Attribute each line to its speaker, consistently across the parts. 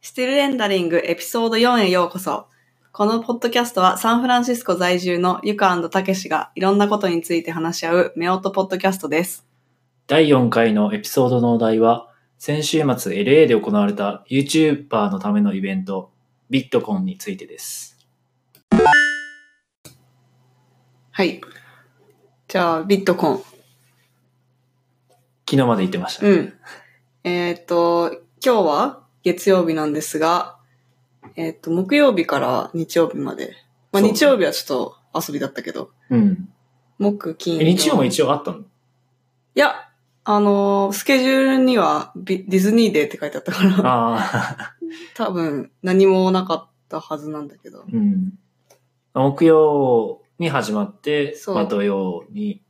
Speaker 1: ステルレンダリングエピソード4へようこそ。このポッドキャストはサンフランシスコ在住のゆかたけしがいろんなことについて話し合うメオトポッドキャストです。
Speaker 2: 第4回のエピソードのお題は、先週末 LA で行われた YouTuber のためのイベント、ビットコンについてです。
Speaker 1: はい。じゃあ、ビットコン。
Speaker 2: 昨日まで言ってましたね。
Speaker 1: うん。えっ、と、今日は月曜日なんですが、えっ、と、木曜日から日曜日まで。まあ、
Speaker 2: そう
Speaker 1: 日曜日はちょっと遊びだったけど、
Speaker 2: うん。
Speaker 1: 木、金。
Speaker 2: え日曜も
Speaker 1: 応
Speaker 2: 一応あったの
Speaker 1: いや、あのースケジュールにはビディズニーデーって書いてあったから、
Speaker 2: ああ、
Speaker 1: 多分何もなかったはずなんだけど。
Speaker 2: うん。木曜に始まって、
Speaker 1: そう
Speaker 2: まあ、土曜に、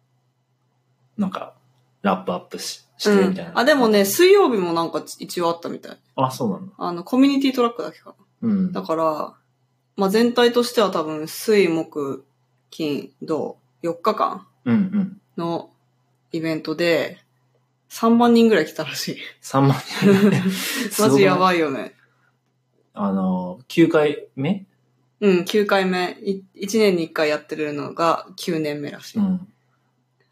Speaker 2: なんか、ラップアップしして
Speaker 1: う
Speaker 2: み
Speaker 1: ん
Speaker 2: たいな、
Speaker 1: あ、でもね、、水曜日もなんか一応あったみたい。
Speaker 2: あ、そうなんだ。
Speaker 1: あの、コミュニティトラックだけか
Speaker 2: うん
Speaker 1: な。だ。から、まあ、全体としては多分、水、木、金、土、4日間
Speaker 2: うんうん。
Speaker 1: のイベントで、3万人ぐらい来たらし い。
Speaker 2: 3万
Speaker 1: マジや
Speaker 2: い。
Speaker 1: ばいよね。
Speaker 2: あの、9回目
Speaker 1: うん、9回目。1年に1回やってるのが9年目らしい。
Speaker 2: うん。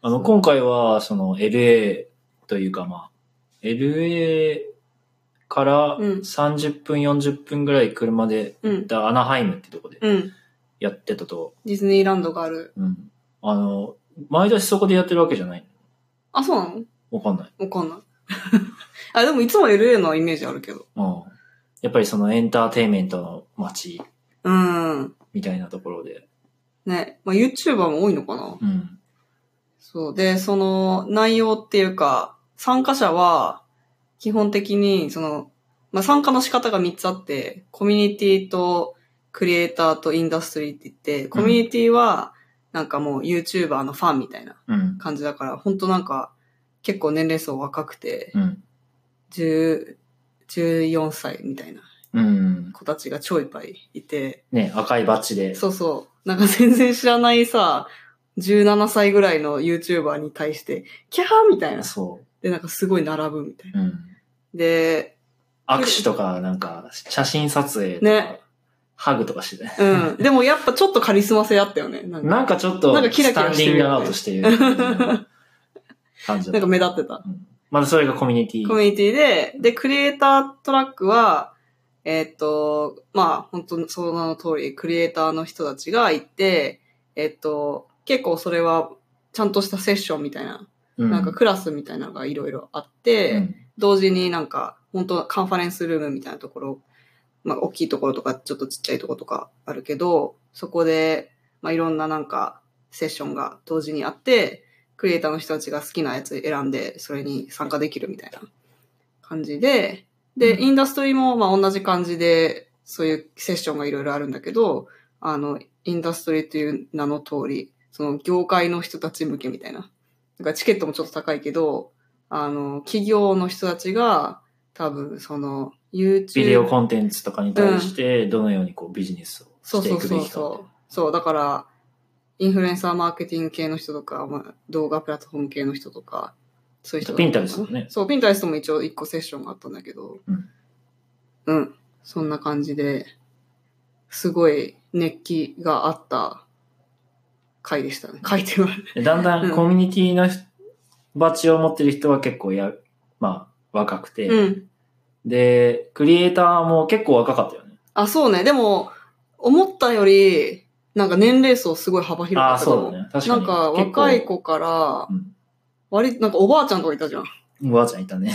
Speaker 2: あ
Speaker 1: そ
Speaker 2: の、
Speaker 1: う
Speaker 2: 今回は、その、LA というか、まあ、LA から
Speaker 1: うん
Speaker 2: 30分、40分ぐらい車で
Speaker 1: う
Speaker 2: 行
Speaker 1: ん
Speaker 2: っ。たアナハイムってとこで
Speaker 1: うん。
Speaker 2: やってたと、
Speaker 1: ディズニーランドがある。
Speaker 2: うん。あの、毎年そこでやってるわけじゃない
Speaker 1: あ、そうなの
Speaker 2: わかんない。
Speaker 1: わか んない。あ、でもいつも LA のイメージあるけど。
Speaker 2: うん。やっぱりそのエンターテインメントの街
Speaker 1: うん。
Speaker 2: みたいなところで、
Speaker 1: ね。まあ、YouTuber も多いのかな
Speaker 2: うん。
Speaker 1: そう。で、その内容っていうか、参加者は、基本的に、その、まあ、参加の仕方が3つあって、コミュニティとクリエイターとインダストリーって言って、コミュニティは、なんかもう YouTuber のファンみたいな
Speaker 2: うん。
Speaker 1: 感じだから、本当なんか、結構年齢層若くて、
Speaker 2: うん。
Speaker 1: 10、14歳みたいな
Speaker 2: うん。
Speaker 1: 子たちが超いっぱいいて、
Speaker 2: ね、赤いバッジで。
Speaker 1: そうそう。なんか全然知らないさ、17歳ぐらいの YouTuber に対して、キャーみたいな。
Speaker 2: そ
Speaker 1: で、なんかすごい並ぶみたいな。
Speaker 2: う。うん。
Speaker 1: で、
Speaker 2: 握手とか、なんか、写真撮影とか、
Speaker 1: ね
Speaker 2: ハグとかしてね。
Speaker 1: うん。でもやっぱちょっとカリスマ性あったよね。なんか、
Speaker 2: なんかちょっと
Speaker 1: なんか、キラ
Speaker 2: ス
Speaker 1: キ
Speaker 2: タ
Speaker 1: ラ
Speaker 2: ン
Speaker 1: して
Speaker 2: デ
Speaker 1: る
Speaker 2: ィングア
Speaker 1: よ
Speaker 2: ウ
Speaker 1: ね
Speaker 2: トしている感じ
Speaker 1: な
Speaker 2: だっ
Speaker 1: ん
Speaker 2: た
Speaker 1: か目立ってた。
Speaker 2: うんまだそれがコミュニテ
Speaker 1: コミ
Speaker 2: ィ。
Speaker 1: ュニティで、で、クリエイタートラックは、えーっと、まあ、本当その名の通り、クリエイターの人たちがいて、えーっと、結構それは、ちゃんとしたセッションみたいな、
Speaker 2: う
Speaker 1: なんかクラスみたいなのがいろいろあって、
Speaker 2: うん
Speaker 1: 同時になんか、本当カンファレンスルームみたいなところ、まあ、大きいところとか、ちょっとちっちゃいところとかあるけど、そこで、まあ、いろんななんか、セッションが同時にあって、クリエイターの人たちが好きなやつ選んで、それに参加できるみたいな感じで、
Speaker 2: う
Speaker 1: で、
Speaker 2: ん
Speaker 1: インダストリーも、まあ、同じ感じで、そういうセッションがいろいろあるんだけど、あの、インダストリーという名の通り、その業界の人たち向けみたいな。だからチケットもちょっと高いけど、あの、企業の人たちが、多分、その、YouTube。
Speaker 2: ビデオコンテンツとかに対して、どのようにこうビジネスを
Speaker 1: そう
Speaker 2: して
Speaker 1: そ
Speaker 2: いうく
Speaker 1: そ
Speaker 2: べ
Speaker 1: う
Speaker 2: きか。
Speaker 1: そう。そう、だから、インフルエンサーマーケティング系の人とか、まあ、動画プラットフォーム系の人とか、そういう人だったのかな
Speaker 2: Pinterest もね
Speaker 1: そう、ピンタレストも一応一個セッションがあったんだけど、
Speaker 2: うん。
Speaker 1: うん。そんな感じで、すごい熱気があった回でしたね。回では。
Speaker 2: でだんだ
Speaker 1: うん
Speaker 2: んコミュニティの人バッジを持ってる人は結構や、まあ、若くて、
Speaker 1: うん。
Speaker 2: で、クリエイターも結構若かったよね。
Speaker 1: あ、そうね。でも、思ったより、なんか年齢層すごい幅広
Speaker 2: あ
Speaker 1: か
Speaker 2: あ、
Speaker 1: ったと
Speaker 2: そ
Speaker 1: 思
Speaker 2: う
Speaker 1: う。
Speaker 2: だね。確か
Speaker 1: な
Speaker 2: に。
Speaker 1: んか若い
Speaker 2: 結構。
Speaker 1: 子から
Speaker 2: う、ん。
Speaker 1: 割、なんかおばあちゃんとかいたじゃん。
Speaker 2: おばあちゃんいたね。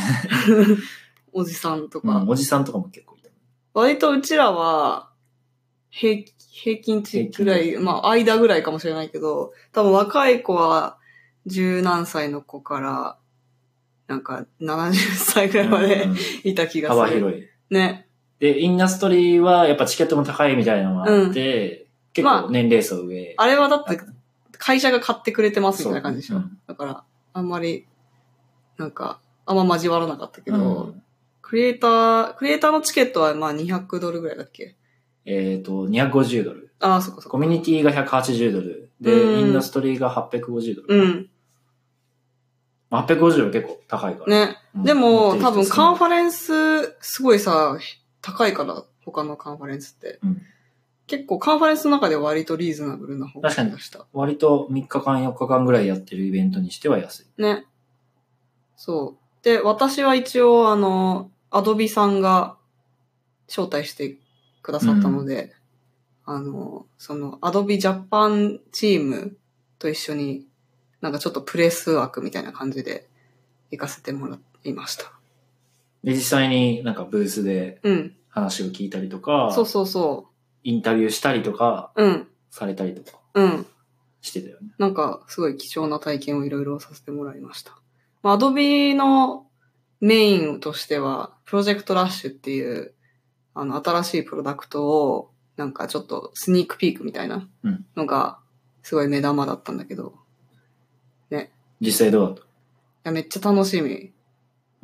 Speaker 1: おじさんと
Speaker 2: う
Speaker 1: か。
Speaker 2: ん、おじさんとかも結構いた。
Speaker 1: 割とうちらは、平均、平均値ぐらい、
Speaker 2: 平均
Speaker 1: まあ、間ぐらいかもしれないけど、多分若い子は、十何歳の子から、なんか、70歳ぐらいま
Speaker 2: う
Speaker 1: で
Speaker 2: んうん
Speaker 1: いた気がする。
Speaker 2: 幅広い。
Speaker 1: ね。
Speaker 2: で、インダストリーはやっぱチケットも高いみたいなのがあって、結
Speaker 1: まあ
Speaker 2: 構年齢層上。
Speaker 1: あれはだっ
Speaker 2: な
Speaker 1: て
Speaker 2: んか、
Speaker 1: 会社が買ってくれてますみたいな感じでしょ。
Speaker 2: そううん
Speaker 1: だから、あんまり、なんか、あんま交わらなかったけど、
Speaker 2: うん
Speaker 1: クリエイター、クリエイターのチケットはまあ200ドルぐらいだっけ
Speaker 2: えっ、と、250ドル。
Speaker 1: ああ、そっかそっか。
Speaker 2: コミュニティが180ドル。
Speaker 1: うん
Speaker 2: で、インダストリーが850ドル。
Speaker 1: うん。
Speaker 2: まあ850は結構高いから。
Speaker 1: ね。
Speaker 2: うん
Speaker 1: でも、多分カン
Speaker 2: ン
Speaker 1: ファレンス、すごいさ、高いから、他のカンファレンスって。
Speaker 2: うん
Speaker 1: 結構カンファレンスの中では割とリーズナブルな方が
Speaker 2: 確かに
Speaker 1: ました。
Speaker 2: 割と3日間4日間ぐらいやってるイベントにしては安い。
Speaker 1: ね。そう。で、私は一応、あの、アドビさんが招待してくださったので、あの、その、アドビジャパンチームと一緒に、なんかちょっとプレス枠みたいな感じで行かせてもらいました。
Speaker 2: で、実際になんかブースで
Speaker 1: うん。
Speaker 2: 話を聞いたりとか、
Speaker 1: そうそうそ
Speaker 2: インタビューしたりとか、
Speaker 1: う。うん。
Speaker 2: されたりとか
Speaker 1: うん。
Speaker 2: してたよね。
Speaker 1: なんか、すごい貴重な体験をいろいろさせてもらいました。まあ、Adobe のメインとしては、プロジェクトラッシュっていう、あの、新しいプロダクトを、なんかちょっとスニークピークみたいな
Speaker 2: うん
Speaker 1: のが、すごい目玉だったんだけど、い
Speaker 2: 実際どうだった
Speaker 1: やめっちゃ楽しみ。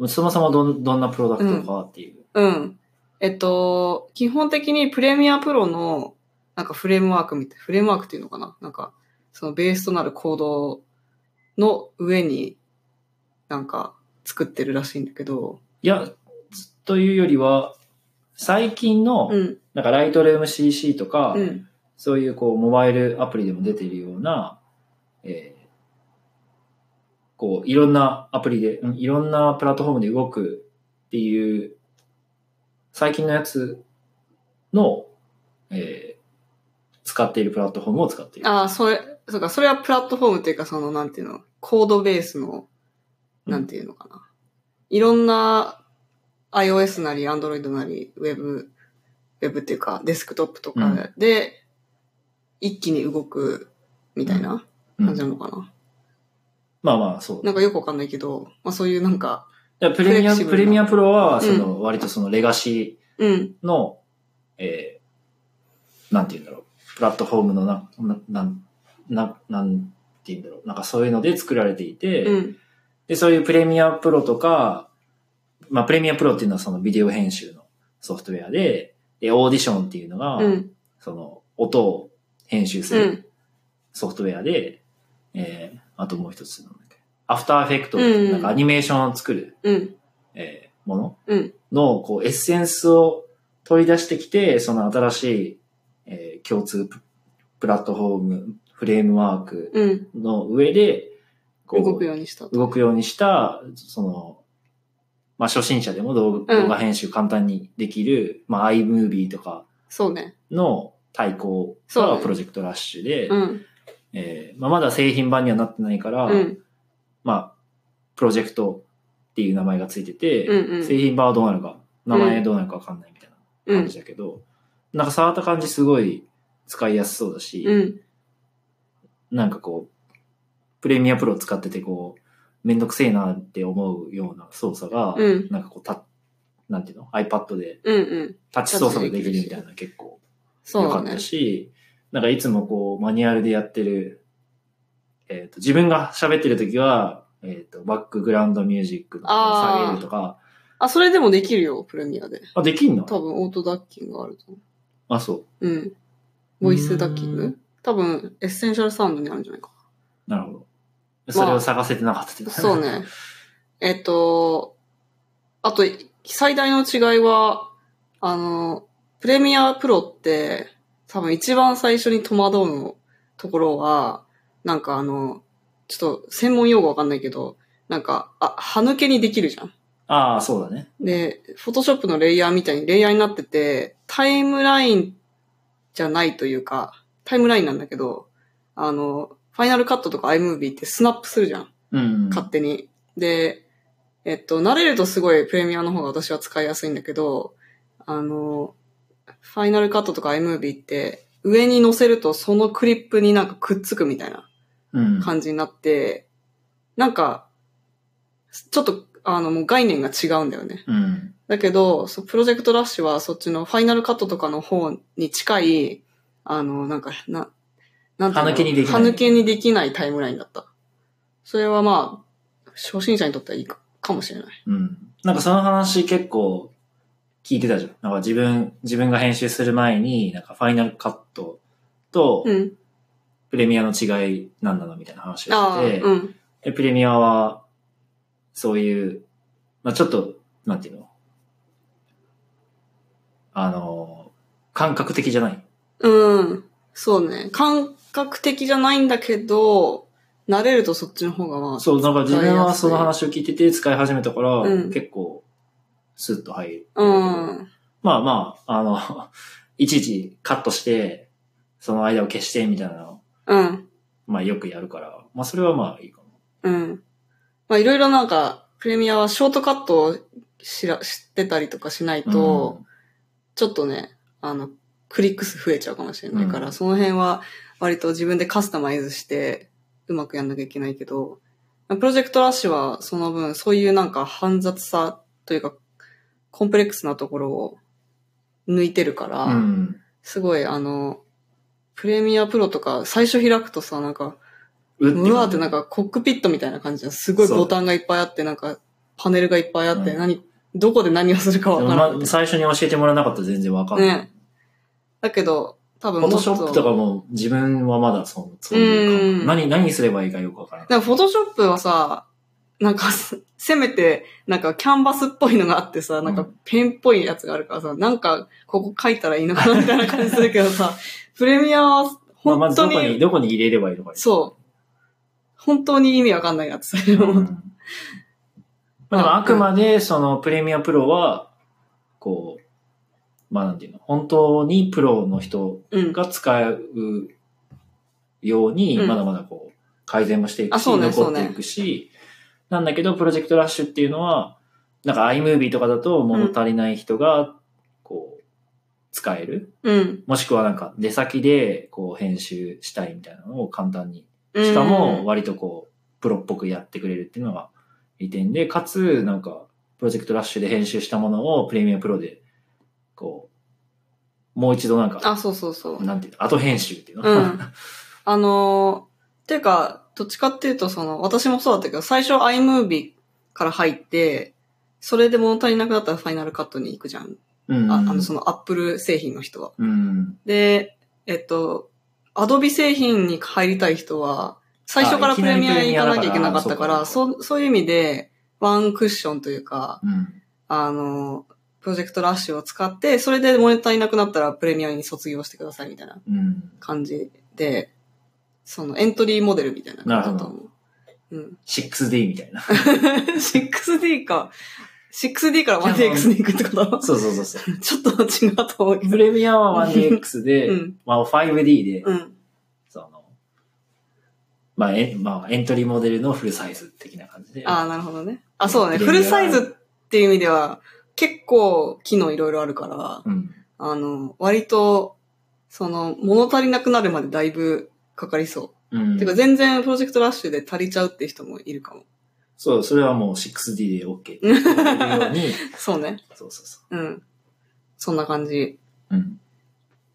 Speaker 2: そもそもどんどんなプロダクトかっていう。
Speaker 1: うん。えっと、基本的にプレミアプロの、なんかフレームワークみたい、フレームワークっていうのかななんか、そのベースとなるコードの上に、なんか作ってるらしいんだけど、
Speaker 2: いや、つというよりは、最近の、
Speaker 1: うん、
Speaker 2: なんかライトルーム CC とか、
Speaker 1: うん、
Speaker 2: そういうこう、モバイルアプリでも出ているような、えーこう、いろんなアプリで、うんいろんなプラットフォームで動くっていう、最近のやつの、えー使っているプラットフォームを使っている。
Speaker 1: ああ、それ、そうか、それはプラットフォームっていうか、その、なんていうの、コードベースの、
Speaker 2: うん
Speaker 1: なんていうのかな。いろんな iOS なり Android なり Web、Web っていうか、デスクトップとかで、一気に動くみたいな
Speaker 2: うん
Speaker 1: 感じなのかな。
Speaker 2: まあまあ、そう。
Speaker 1: なんかよくわかんないけど、まあそういうなんか、
Speaker 2: だからプレミ
Speaker 1: フレ
Speaker 2: ア、
Speaker 1: キシブルな
Speaker 2: プレミアプロは、その、
Speaker 1: う
Speaker 2: 割とそのレガシ
Speaker 1: うん、
Speaker 2: ーの、えーなんて言うんだろう。プラットフォームのな、な、なん、な、なんて言うんだろう。なんかそういうので作られていて、
Speaker 1: うん、
Speaker 2: で、そういうプレミアプロとか、まあ、プレミアプロっていうのはそのビデオ編集のソフトウェアで、で、オーディションっていうのが、
Speaker 1: うん、
Speaker 2: その、音を編集す
Speaker 1: う
Speaker 2: る
Speaker 1: ん、
Speaker 2: ソフトウェアで、えー、あともう一つなんだっけ。アフターエフェクトっていう
Speaker 1: うん
Speaker 2: なんかアニメーションを作る、
Speaker 1: うん、
Speaker 2: えーもの
Speaker 1: うん、
Speaker 2: の、こう、エッセンスを取り出してきて、その新しい、えー共通ププラットフォーム、フレームワーク
Speaker 1: うん、
Speaker 2: の上で、こう
Speaker 1: 動くようにしたと。
Speaker 2: 動くようにした、その、まあ、初心者でも動
Speaker 1: うん
Speaker 2: 画動画編集簡単にできる、まあ、iMovie とか
Speaker 1: そうね。
Speaker 2: の対抗
Speaker 1: そうだ
Speaker 2: が
Speaker 1: ね
Speaker 2: プロジェクトラッシュで、
Speaker 1: うん、
Speaker 2: えーまあ、まだ製品版にはなってないから、
Speaker 1: うん、
Speaker 2: まあ、プロジェクトっていう名前がついてて、
Speaker 1: うんうん
Speaker 2: 製品版はどうなるか、名前どうなるかわかんないみたいな
Speaker 1: う
Speaker 2: 感
Speaker 1: ん
Speaker 2: じ、だけど、なんか触った感じすごい使いやすそうだし、
Speaker 1: うん、
Speaker 2: なんかこう、プレミアプロ使っててこう、めんどくせえなって思うような操作が、
Speaker 1: うん、
Speaker 2: なんかこう、た、なんていうの ?iPad で
Speaker 1: うん、うん。
Speaker 2: タッチ操作ができるみたいな結構
Speaker 1: そ
Speaker 2: 良
Speaker 1: う
Speaker 2: か
Speaker 1: だ
Speaker 2: った
Speaker 1: ね。
Speaker 2: し、なんかいつもこう、マニュアルでやってる、えっ、と、自分が喋ってる時は、えっ、と、バックグラウンドミュージックの
Speaker 1: あー
Speaker 2: 下げるとか、
Speaker 1: あ、それでもできるよ、プレミアで。
Speaker 2: あ、できんの
Speaker 1: 多分、オートダッキングがあると思。
Speaker 2: あ、そう
Speaker 1: うん。ボイスダッキン
Speaker 2: う
Speaker 1: グ
Speaker 2: ん
Speaker 1: 多分、エッセンシャルサウンドにあるんじゃないか。
Speaker 2: う。なるほど。それを探せてなかったって、
Speaker 1: そうね。えっと、あと、最大の違いは、あの、プレミアプロって、多分一番最初に戸惑うのところは、なんかあの、ちょっと専門用語わかんないけど、なんか、あ、歯抜けにできるじゃん。
Speaker 2: ああ、そうだね。
Speaker 1: で、フォトショップのレイヤーみたいにレイヤーになってて、タイムラインじゃないというか、タイムラインなんだけど、あの、ファイナルカットとか iMovie ってスナップするじゃん。
Speaker 2: うん。
Speaker 1: 勝手に。で、えっと、慣れるとすごいプレミアの方が私は使いやすいんだけど、あの、ファイナルカットとか iMovie って、上に乗せるとそのクリップになんかくっつくみたいな。
Speaker 2: うん。
Speaker 1: 感じになって、なんか、ちょっと、あの、もう概念が違うんだよね。
Speaker 2: うん。
Speaker 1: だけど、そうプロジェクトラッシュはそっちのファイナルカットとかの方に近い、あの、なんか、な、なんていうの
Speaker 2: 歯抜けにできない
Speaker 1: 歯抜けにできないタイムラインだった。それはまあ、初心者にとってはいいかかもしれない。
Speaker 2: うん。なんかその話結構聞いてたじゃん。なんか自分、自分が編集する前に、なんかファイナルカットと
Speaker 1: うん。
Speaker 2: プレミアの違いなんなのみたいな話を
Speaker 1: ああ、
Speaker 2: してて、
Speaker 1: うん。
Speaker 2: でプレミアは、そういう、まあちょっと、なんていうのあの、感覚的じゃない。
Speaker 1: うん。そうね。感覚的じゃないんだけど、慣れるとそっちの方がまあ、
Speaker 2: そう、なんか自分はその
Speaker 1: 使いや
Speaker 2: 話を聞いてて使い始めたから、
Speaker 1: うん
Speaker 2: 結構、スッと入る。
Speaker 1: うん。
Speaker 2: まあまあ、あの、 いちいちカットして、その間を消してみたいなの、
Speaker 1: うん。
Speaker 2: まあよくやるから、まあそれはまあいいかも。
Speaker 1: うん。まあいろいろなんか、プレミアはショートカットを知ら知ってたりとかしないと、ちょっとね、あの、クリック数増えちゃうかもしれないから、
Speaker 2: うん
Speaker 1: その辺は割と自分でカスタマイズしてうまくやんなきゃいけないけど、プロジェクトラッシュはその分そういうなんか煩雑さというかコンプレックスなところを抜いてるから、
Speaker 2: うん、うん。
Speaker 1: すごいあの、プレミアプロとか最初開くとさ、なんか、
Speaker 2: う
Speaker 1: うわーってなん
Speaker 2: か、
Speaker 1: かコックピットみたいな感じじゃん。すごいボタンがいっぱいあって、なんかパネルがいっぱいあって、
Speaker 2: うん
Speaker 1: 何、どこで何をするかわ
Speaker 2: で
Speaker 1: か
Speaker 2: も
Speaker 1: らない
Speaker 2: ま。最初に教えてもらわなかったら全然わかんない。
Speaker 1: ねだけど、多分
Speaker 2: フォトショップと
Speaker 1: か。
Speaker 2: かも自分はまだそう、そういう
Speaker 1: う
Speaker 2: か
Speaker 1: ん
Speaker 2: 何、何すればいいかよくわからない。
Speaker 1: でもフォトショップはさ、なんかす、せめて、なんかキャンバスっぽいのがあってさ、なん
Speaker 2: う
Speaker 1: か
Speaker 2: ん
Speaker 1: ペンっぽいやつがあるからさ、なんか、ここ書いたらいいのかなみたいな感じするけどさ、 プレミアは、
Speaker 2: まあ、ま
Speaker 1: 本
Speaker 2: ずど
Speaker 1: 当
Speaker 2: こに、
Speaker 1: に、
Speaker 2: どこに入れればいいのかね
Speaker 1: そう。本当に意味わかんないやつ。
Speaker 2: うんまあ、でもあくまで、そのプレミアプロは、こう、まあなんていうの、本当にプロの人
Speaker 1: うん。
Speaker 2: が使うように、
Speaker 1: うん
Speaker 2: まだまだこう、改善もしていく
Speaker 1: あ
Speaker 2: し、
Speaker 1: そうね
Speaker 2: 残っていくし、なんだけど、プロジェクトラッシュっていうのは、なんか iMovie とかだと物足りない人が、こう、使える。
Speaker 1: うん。
Speaker 2: もしくはなんか出先で、こう、編集したいみたいなのを簡単にしかも割とこう、プロっぽくやってくれるっていうのが利点で、かつなんか、プロジェクトラッシュで編集したものをプレミアプロで、こう、もう一度なん
Speaker 1: うん、
Speaker 2: か、
Speaker 1: あ、そうそうそう。
Speaker 2: なんていうの、後編集っていうの、
Speaker 1: うん。あのー、ていうか、どっちかっていうと、その、私もそうだったけど、最初 iMovie から入って、それで物足りなくなったらファイナルカットに行くじゃん。
Speaker 2: うん。
Speaker 1: ああの、その Apple 製品の人は。
Speaker 2: うん。
Speaker 1: で、えっと、Adobe 製品に入りたい人は、最初から
Speaker 2: あい
Speaker 1: プ
Speaker 2: き
Speaker 1: レ
Speaker 2: なり
Speaker 1: ミアに行かなきゃいけなかったから、
Speaker 2: プレミアだから
Speaker 1: そう、そういう意味で、ワンクッションというか、
Speaker 2: うん。
Speaker 1: あの、プロジェクトラッシュを使って、それで物足りなくなったらプレミアに卒業してくださいみたいな
Speaker 2: うん。
Speaker 1: 感じで、そのエントリーモデルみたいな感じだと思う。うん。
Speaker 2: 6D みた いな。
Speaker 1: 6D か。6D から 1DX に行くってこと
Speaker 2: そうそうそうそう。
Speaker 1: ちょっと違うと思うけ
Speaker 2: プ
Speaker 1: ど。
Speaker 2: レミアは 1DX で、
Speaker 1: うん
Speaker 2: まあ 5D で、
Speaker 1: うん。
Speaker 2: その、まあエン、まあ、エントリーモデルのフルサイズ的な感じで。
Speaker 1: ああ、なるほどね。あ、そうね。
Speaker 2: プ
Speaker 1: フ
Speaker 2: レミア
Speaker 1: ルサイズっていう意味では、結構機能いろいろあるから、
Speaker 2: うん。
Speaker 1: あの、割と、その、物足りなくなるまでだいぶかかりそうう。
Speaker 2: ん。
Speaker 1: てか全然プロジェクトラッシュで足りちゃうって人もいるかも。
Speaker 2: そう、それはもう 6D で OK って言うように、
Speaker 1: そうね。
Speaker 2: そうそうそ
Speaker 1: うん。そんな感じ。
Speaker 2: う。うん。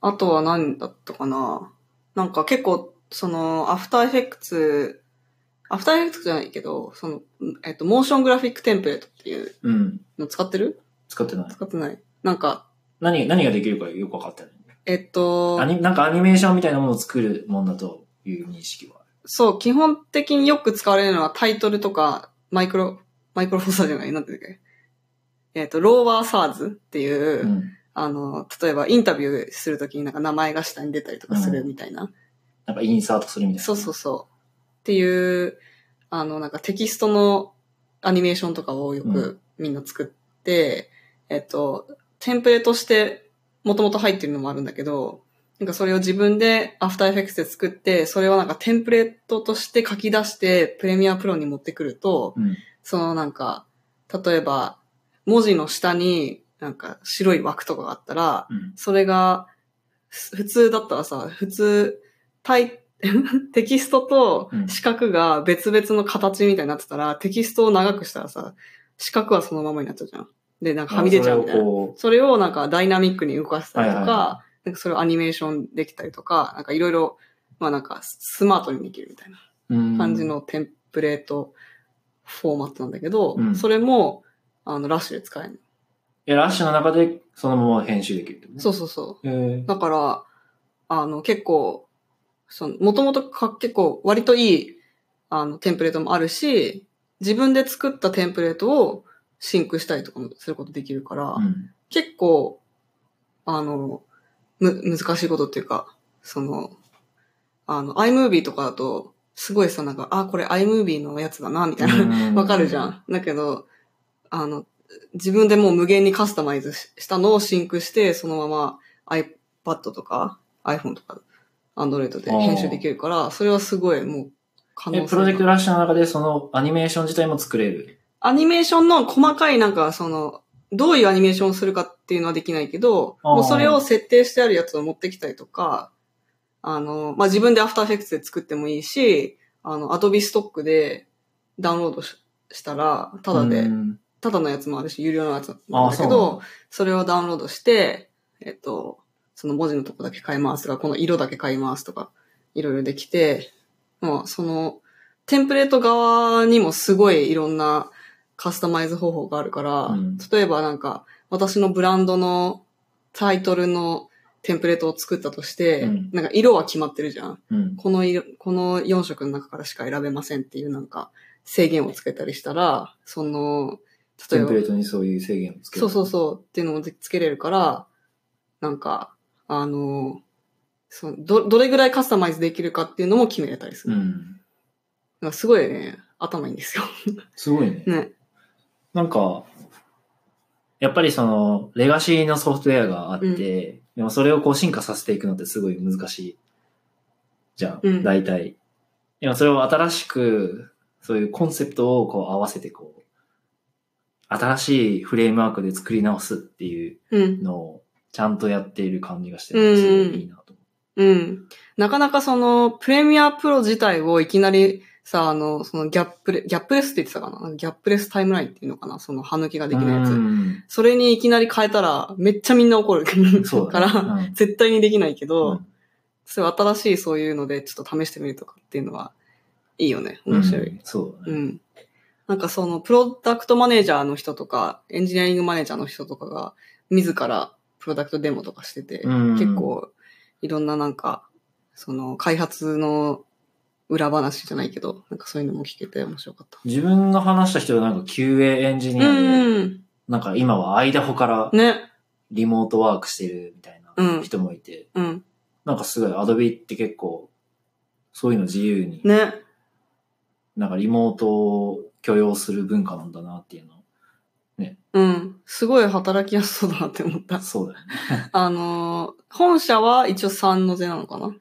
Speaker 1: あとは何だったかななんか結構、その、アフターエフェクツ、アフターエフェクツじゃないけど、その、えっと、モーショングラフィックテンプレートっていう
Speaker 2: うん。
Speaker 1: の使ってる
Speaker 2: 使ってない。
Speaker 1: 使ってないなんか、
Speaker 2: 何、何ができるかよくわかってない。
Speaker 1: えっと
Speaker 2: ア、ニなんかアニメーションみたいなものを作るもんだという認識はあ
Speaker 1: そう、基本的によく使われるのはタイトルとか、マイクロ、マイクロフォーサーじゃないなんて言うんだっけえっと、ローワーサーズっていう、
Speaker 2: る。うん。
Speaker 1: あの、例えばインタビューするときになんか名前が下に出たりとかするみたいな。
Speaker 2: なんかインサートするみたいな。
Speaker 1: そうそうそう。っていう、あの、なんかテキストのアニメーションとかをよ
Speaker 2: う
Speaker 1: くみんな作って、えっと、テンプレとしてもともと入ってるのもあるんだけど、なんかそれを自分で After Effects で作って、それをなんかテンプレートとして書き出して、プレミアプロに持ってくると、
Speaker 2: うん。
Speaker 1: そのなんか、例えば、文字の下になんか白い枠とかがあったら、
Speaker 2: うん。
Speaker 1: それが、ふ普通だったらさ、普通、タイ、 テキストと
Speaker 2: うん
Speaker 1: 四角が別々の形みたいになってたら、テキストを長くしたらさ、四角はそのままになっちゃうじゃん。で、なんかはみ出ちゃうみたいな。
Speaker 2: それ
Speaker 1: それ
Speaker 2: を
Speaker 1: を
Speaker 2: こ
Speaker 1: なんかダイナミックに動かしたりとか、
Speaker 2: はいはいは
Speaker 1: なんかそれをアニメーションできたりとか、なんかいろいろ、まあなんかスマートにできるみたいな。
Speaker 2: う、うん
Speaker 1: 感じ。のテンプレートフォーマットなんだけど、
Speaker 2: うん
Speaker 1: それも、あの、ラッシュで使える、
Speaker 2: え、ラッシュの中でそのまま編集できるってことね。
Speaker 1: そうそうそう。
Speaker 2: へー
Speaker 1: だから、あの、結構、その、もともとか、結構、割といい、あの、テンプレートもあるし、自分で作ったテンプレートをシンクしたりとかもすることできるから、
Speaker 2: うん。
Speaker 1: 結構、あの、む、難しいことっていうか、その、あの、iMovie とかだと、すごいさ、なんか、あ、これ iMovie のやつだな、みたいな。 わかるじゃん。だけど、あの、自分でもう無限にカスタマイズししたのをシンクして、そのまま iPad とか iPhone とか Android で編集できるから、それはすごいもう可
Speaker 2: うん。え、
Speaker 1: 能
Speaker 2: プロジェクト
Speaker 1: 性が。
Speaker 2: ラッシュの中でそのアニメーション自体も作れる。
Speaker 1: アニメーションの細かいなんかその、どういうアニメーションをするかっていうのはできないけど、
Speaker 2: あー
Speaker 1: もうそれを設定してあるやつを持ってきたりとか、あの、まあ、自分で After Effects で作ってもいいし、あの、Adobe ストックでダウンロードししたら、ただで
Speaker 2: うん
Speaker 1: ただのやつもあるし、有料のやつも
Speaker 2: あ
Speaker 1: あ
Speaker 2: あ、
Speaker 1: る
Speaker 2: そ
Speaker 1: け
Speaker 2: う
Speaker 1: ど、それをダウンロードして、えっと、その文字のとこだけ買い回すとか、この色だけ買い回すとか、いろいろできて、まあ、その、テンプレート側にもすごいいろんなカスタマイズ方法があるから、
Speaker 2: うん
Speaker 1: 例えばなんか、私のブランドのタイトルのテンプレートを作ったとして、
Speaker 2: うん
Speaker 1: なんか色は決まってるじゃん。
Speaker 2: なんだうん。
Speaker 1: この色、この4色の中からしか選べませんっていうなんか制限をつけたりしたら、その、
Speaker 2: テ
Speaker 1: 例え
Speaker 2: ン
Speaker 1: ば
Speaker 2: プレ、ートにそういう制限をつける。
Speaker 1: そうそうそうっていうのもつけれるから、なんか、あの、そのど、どれぐらいカスタマイズできるかっていうのも決めれたりする。
Speaker 2: ん。
Speaker 1: なんかすごいね、頭いいんですよ。
Speaker 2: すごいね。
Speaker 1: ね。
Speaker 2: なんか、やっぱりその、レガシーのソフトウェアがあって、
Speaker 1: うん
Speaker 2: でもそれをこう進化させていくのってすごい難しい。じゃん、
Speaker 1: うん
Speaker 2: 大体。でもそれを新しく、そういうコンセプトをこう合わせてこう、新しいフレームワークで作り直すっていう
Speaker 1: うん。
Speaker 2: のをちゃんとやっている感じがして、
Speaker 1: うん
Speaker 2: すごいいいなと思
Speaker 1: うん。なかなかその、プレミアプロ自体をいきなりさ、あの、そのギャップレ、ギャップレスって言ってたかなギャップレスタイムラインっていうのかなその歯抜きが
Speaker 2: う。
Speaker 1: できないやつ。
Speaker 2: うん
Speaker 1: それにいきなり変えたら、めっちゃみんな怒る。
Speaker 2: そう
Speaker 1: か
Speaker 2: だね
Speaker 1: ら、
Speaker 2: うん
Speaker 1: 絶対にできないけど、
Speaker 2: うん
Speaker 1: そういう新しいそういうので、ちょっと試してみるとかっていうのは、いいよね。面白
Speaker 2: う
Speaker 1: い。
Speaker 2: んそうだ
Speaker 1: う
Speaker 2: ね。
Speaker 1: ん。なんかその、プロダクトマネージャーの人とか、エンジニアリングマネージャーの人とかが、自らプロダクトデモとかしてて、
Speaker 2: うん
Speaker 1: 結構、いろんななんか、その、開発の裏話じゃないけど、なんかそういうのも聞けて面白かった。
Speaker 2: 自分が話した人はなんか QA エンジニ
Speaker 1: う
Speaker 2: アで、
Speaker 1: ん。
Speaker 2: なんか今はアイダホから
Speaker 1: ね。
Speaker 2: リモートワークしてるみたい
Speaker 1: うん
Speaker 2: な人もいて、
Speaker 1: うん。
Speaker 2: なんかすごいアドビって結構そういうの自由に、
Speaker 1: ね。
Speaker 2: なんかリモートを許容する文化なんだなっていうの。
Speaker 1: うん。すごい働きやすそうだなって思った。
Speaker 2: そうだよね。
Speaker 1: あのー本社は一応三の瀬なのかな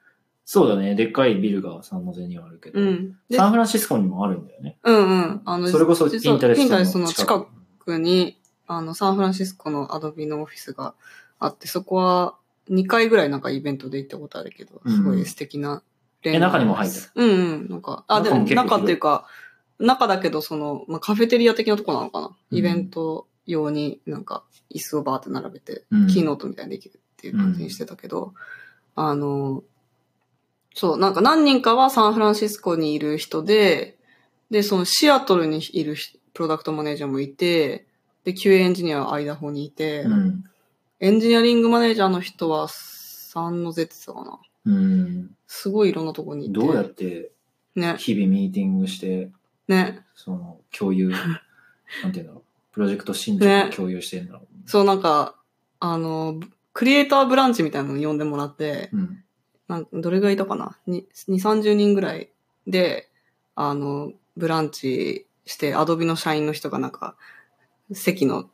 Speaker 2: そうだね。でっかいビルがサンノゼにはあるけど、
Speaker 1: うん。で、
Speaker 2: サンフランシスコにもあるんだよね。
Speaker 1: うんうん。あの、
Speaker 2: それこそ
Speaker 1: 実
Speaker 2: イ
Speaker 1: は
Speaker 2: ンタレ
Speaker 1: ピンタレ
Speaker 2: ス
Speaker 1: ス
Speaker 2: ト
Speaker 1: ト
Speaker 2: の
Speaker 1: の
Speaker 2: 近
Speaker 1: 近
Speaker 2: く。
Speaker 1: くに、あの、サンフランシスコのアドビのオフィスがあって、そこは2回ぐらいなんかイベントで行ったことあるけど、
Speaker 2: うん
Speaker 1: すごい素敵な連
Speaker 2: え、中にも入っ
Speaker 1: るうんうん。なんか、あ、で
Speaker 2: 中も
Speaker 1: も
Speaker 2: 結構広い
Speaker 1: 中っていうか、中だけどその、まあ、カフェテリア的なとこなのかな。
Speaker 2: うん
Speaker 1: イベント用になんか椅子をバーって並べて、
Speaker 2: うん
Speaker 1: キーノートみたいにできるっていう感じにしてたけど、あの、そう、なんか何人かはサンフランシスコにいる人で、で、そのシアトルにいるひプロダクトマネージャーもいて、で、QA エンジニアはアイダホにいて、
Speaker 2: うん。
Speaker 1: エンジニアリングマネージャーの人は3の Z って言ってたかな。
Speaker 2: うん。
Speaker 1: すごいいろんなとこにいて。
Speaker 2: どうやって
Speaker 1: ね。
Speaker 2: 日々ミーティングして、
Speaker 1: ね。
Speaker 2: その 共有、なんていうんだろう。プロジェクト進捗を共有してるんだろう。
Speaker 1: そう、なんか、あの、ブクリエイターブランチみたいなのに呼んでもらって、
Speaker 2: うん。
Speaker 1: なんどれぐらいいたかなに ?2、30人ぐらいで、あの、ブランチして、アドビの社員の人がなんか、席の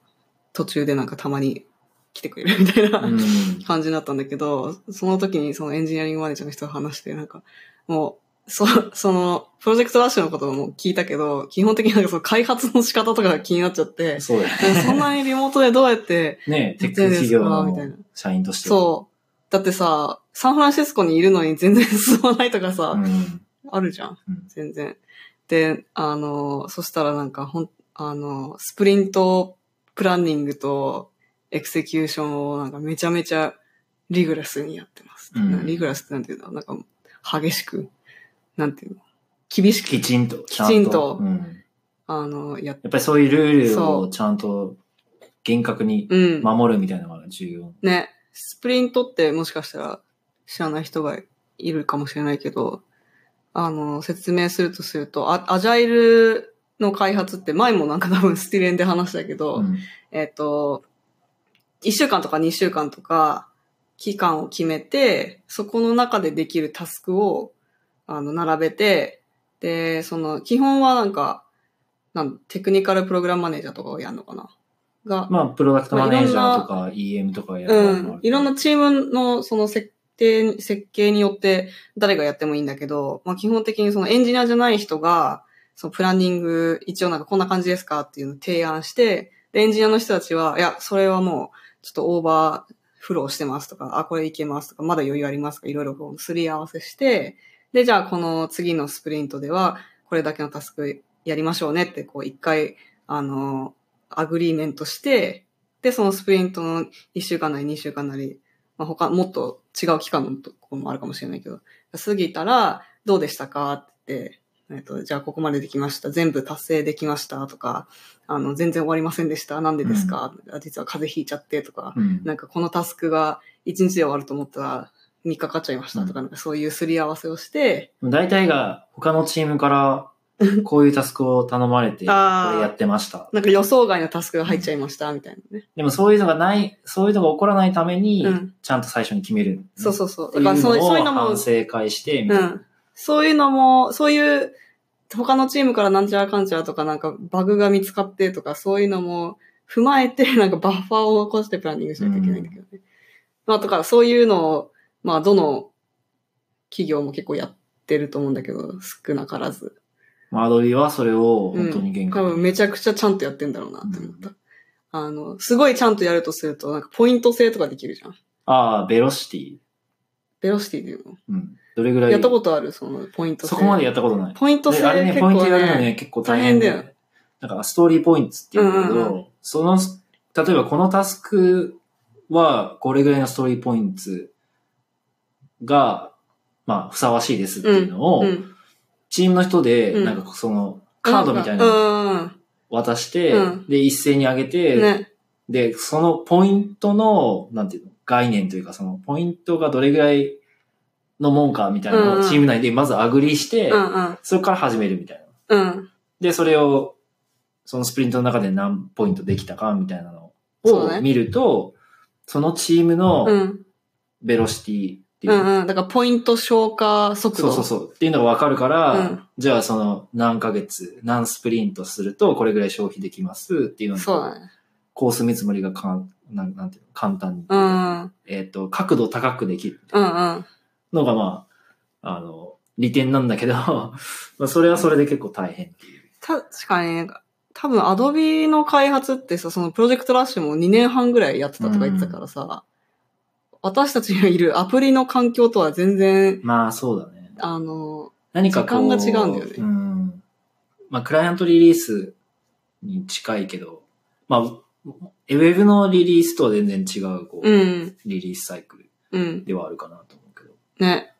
Speaker 1: 途中でなんかたまに来てくれるみたいな、
Speaker 2: うん
Speaker 1: 感じだったんだけど、その時にそのエンジニアリングマネージャーの人が話して、なんか、もう、そ、その、プロジェクトラッシュのことも聞いたけど、基本的になんかその開発の仕方とかが気になっちゃって、
Speaker 2: そうだよ
Speaker 1: でそんなにリモートでどうやって
Speaker 2: ね。ねテック企業
Speaker 1: みたいな
Speaker 2: の社員としては。
Speaker 1: そう。だってさ、サンフランシスコにいるのに全然進まないとかさ、
Speaker 2: うん。
Speaker 1: あるじゃん。
Speaker 2: うん
Speaker 1: 全然。で、あの、そしたらなんか、ほん、あの、スプリントプランニングとエクセキューションをなんかめちゃめちゃリグラスにやってます。
Speaker 2: うん
Speaker 1: リグラスってなんていうのなんか、激しく、なんていうの厳しく、
Speaker 2: きちんと。ゃん
Speaker 1: きちんと
Speaker 2: うん。
Speaker 1: あの、やっ、
Speaker 2: やっぱりそういうルール
Speaker 1: そ
Speaker 2: を
Speaker 1: う
Speaker 2: ちゃんと厳格に
Speaker 1: うん。
Speaker 2: 守るみたいなのが重要。
Speaker 1: ね、スプリントってもしかしたら知らない人がいるかもしれないけど、あの、説明するとすると、アアジャイルの開発って前もなんか多分スティレンで話したけど、
Speaker 2: うん
Speaker 1: えっ、と、 1週間とか2週間とか、期間を決めて、そこの中でできるタスクを、あの、並べて、で、その、基本はなんか、なんテクニカルプログラムマネージャーとかをやるのかなが、
Speaker 2: まあ、プロダクトマネージャーとか EM とかやる
Speaker 1: う
Speaker 2: のも
Speaker 1: ん
Speaker 2: ある。
Speaker 1: いろんなチームのその設定、設計によって誰がやってもいいんだけど、まあ基本的にそのエンジニアじゃない人が、そのプランニング、一応なんかこんな感じですかっていうのを提案して、で、エンジニアの人たちは、いや、それはもう、ちょっとオーバーフローしてますとか、あ、これいけますとか、まだ余裕ありますとか、いろいろこうすり合わせして、で、じゃあこの次のスプリントでは、これだけのタスクやりましょうねって、こう一回、あの、アグリーメントして、で、そのスプリントの一週間なり二週間なり、まあ、他、もっと違う期間のところもあるかもしれないけど、過ぎたら、どうでしたかって言って、えっと、じゃあここまでできました。全部達成できましたとか、あの、全然終わりませんでした。なんでですか、あ実は風邪ひいちゃってとか、
Speaker 2: うん
Speaker 1: なんかこのタスクが1日で終わると思ったら3日かかっちゃいましたとか、なんかそういうすり合わせをして、
Speaker 2: 大体が他のチームからこういうタスクを頼まれて、これ
Speaker 1: あー
Speaker 2: やってました。
Speaker 1: なんか予想外のタスクが入っちゃいました、みたいなね。
Speaker 2: でもそういうのがない、そういうのが起こらないために
Speaker 1: うん、
Speaker 2: ちゃんと最初に決める。
Speaker 1: そうそうそう。
Speaker 2: っていう
Speaker 1: だからそうそういうの
Speaker 2: のを
Speaker 1: も
Speaker 2: 反省会して、み
Speaker 1: う。
Speaker 2: たいなん
Speaker 1: そういうのも、そういう、他のチームからなんちゃらかんちゃらとか、なんかバグが見つかってとか、そういうのも踏まえて、 なんかバッファーを起こしてプランニングしないといけないんだけどね。まあ、だからそういうのを、まあ、どの企業も結構やってると思うんだけど、少なからず。
Speaker 2: まあアドビはそれを本当に厳
Speaker 1: 多
Speaker 2: 格に
Speaker 1: 分めちゃくちゃちゃんとやってんだろうなって思った。あの、すごいちゃんとやるとすると、なんかポイント制とかできるじゃん。
Speaker 2: ああ、ベロシティ。
Speaker 1: ベロシティでいうの。
Speaker 2: うん。どれぐらい
Speaker 1: やったことあるそのポイント制。
Speaker 2: そこまでやったことない。
Speaker 1: ポイント制
Speaker 2: であれね、
Speaker 1: 結
Speaker 2: ポイン
Speaker 1: 構
Speaker 2: トやるの
Speaker 1: ね
Speaker 2: ね、結構大変で
Speaker 1: 大変だ。
Speaker 2: なんか、ストーリーポイントって言うんだけど、
Speaker 1: うんうん
Speaker 2: その、例えばこのタスクは、これぐらいのストーリーポイントが、まあ、ふさわしいですっていうのを、
Speaker 1: うん
Speaker 2: チームの人で、
Speaker 1: うん
Speaker 2: なんかその、カードみたいなの
Speaker 1: の。
Speaker 2: 渡して、
Speaker 1: うん
Speaker 2: で、一斉に上げ
Speaker 1: う
Speaker 2: て、
Speaker 1: ん。ね。
Speaker 2: で、そのポイントの、なんていうの、概念というか、そのポイントがどれぐらいのもんかみたいなの
Speaker 1: うん
Speaker 2: を
Speaker 1: うん
Speaker 2: チーム内でまずアグリーして、
Speaker 1: うんうん。
Speaker 2: そこから始めるみたいな。
Speaker 1: うん。
Speaker 2: で、それを、そのスプリントの中で何ポイントできたかみたいなの
Speaker 1: そう
Speaker 2: を
Speaker 1: ね
Speaker 2: 見ると、そ,、のチーム
Speaker 1: う
Speaker 2: の
Speaker 1: ん。
Speaker 2: ベロシティっていう、
Speaker 1: うんうん。だから、ポイント消化速
Speaker 2: そう
Speaker 1: 度。
Speaker 2: そうそう、っていうのがわかるから、
Speaker 1: うん
Speaker 2: じゃあその何ヶ月、何スプリントするとこれぐらい消費できますっていうの
Speaker 1: そう
Speaker 2: と
Speaker 1: だね。
Speaker 2: コース見積もりがかんなんなんていうの簡単に。
Speaker 1: うん。うん
Speaker 2: えっ、と、角度高くできる
Speaker 1: うん。
Speaker 2: のが、まあ、あの、利点なんだけど、 まあ、それはそれで結構大変っていう。
Speaker 1: 確かにね、多分 Adobe の開発ってさ、そのプロジェクトラッシュも2年半ぐらいやってたとか言ってたからさ、私たちがいるアプリの環境とは全然、
Speaker 2: まあ、そうだね。
Speaker 1: あの、
Speaker 2: 何かこう。
Speaker 1: 時間が違うんだよね
Speaker 2: うん。まあ、クライアントリリースに近いけど、まあ、ウェブのリリースとは全然違う、こう、
Speaker 1: うん、
Speaker 2: リリースサイクル
Speaker 1: うん、
Speaker 2: ではあるかなと思うけど。
Speaker 1: ね。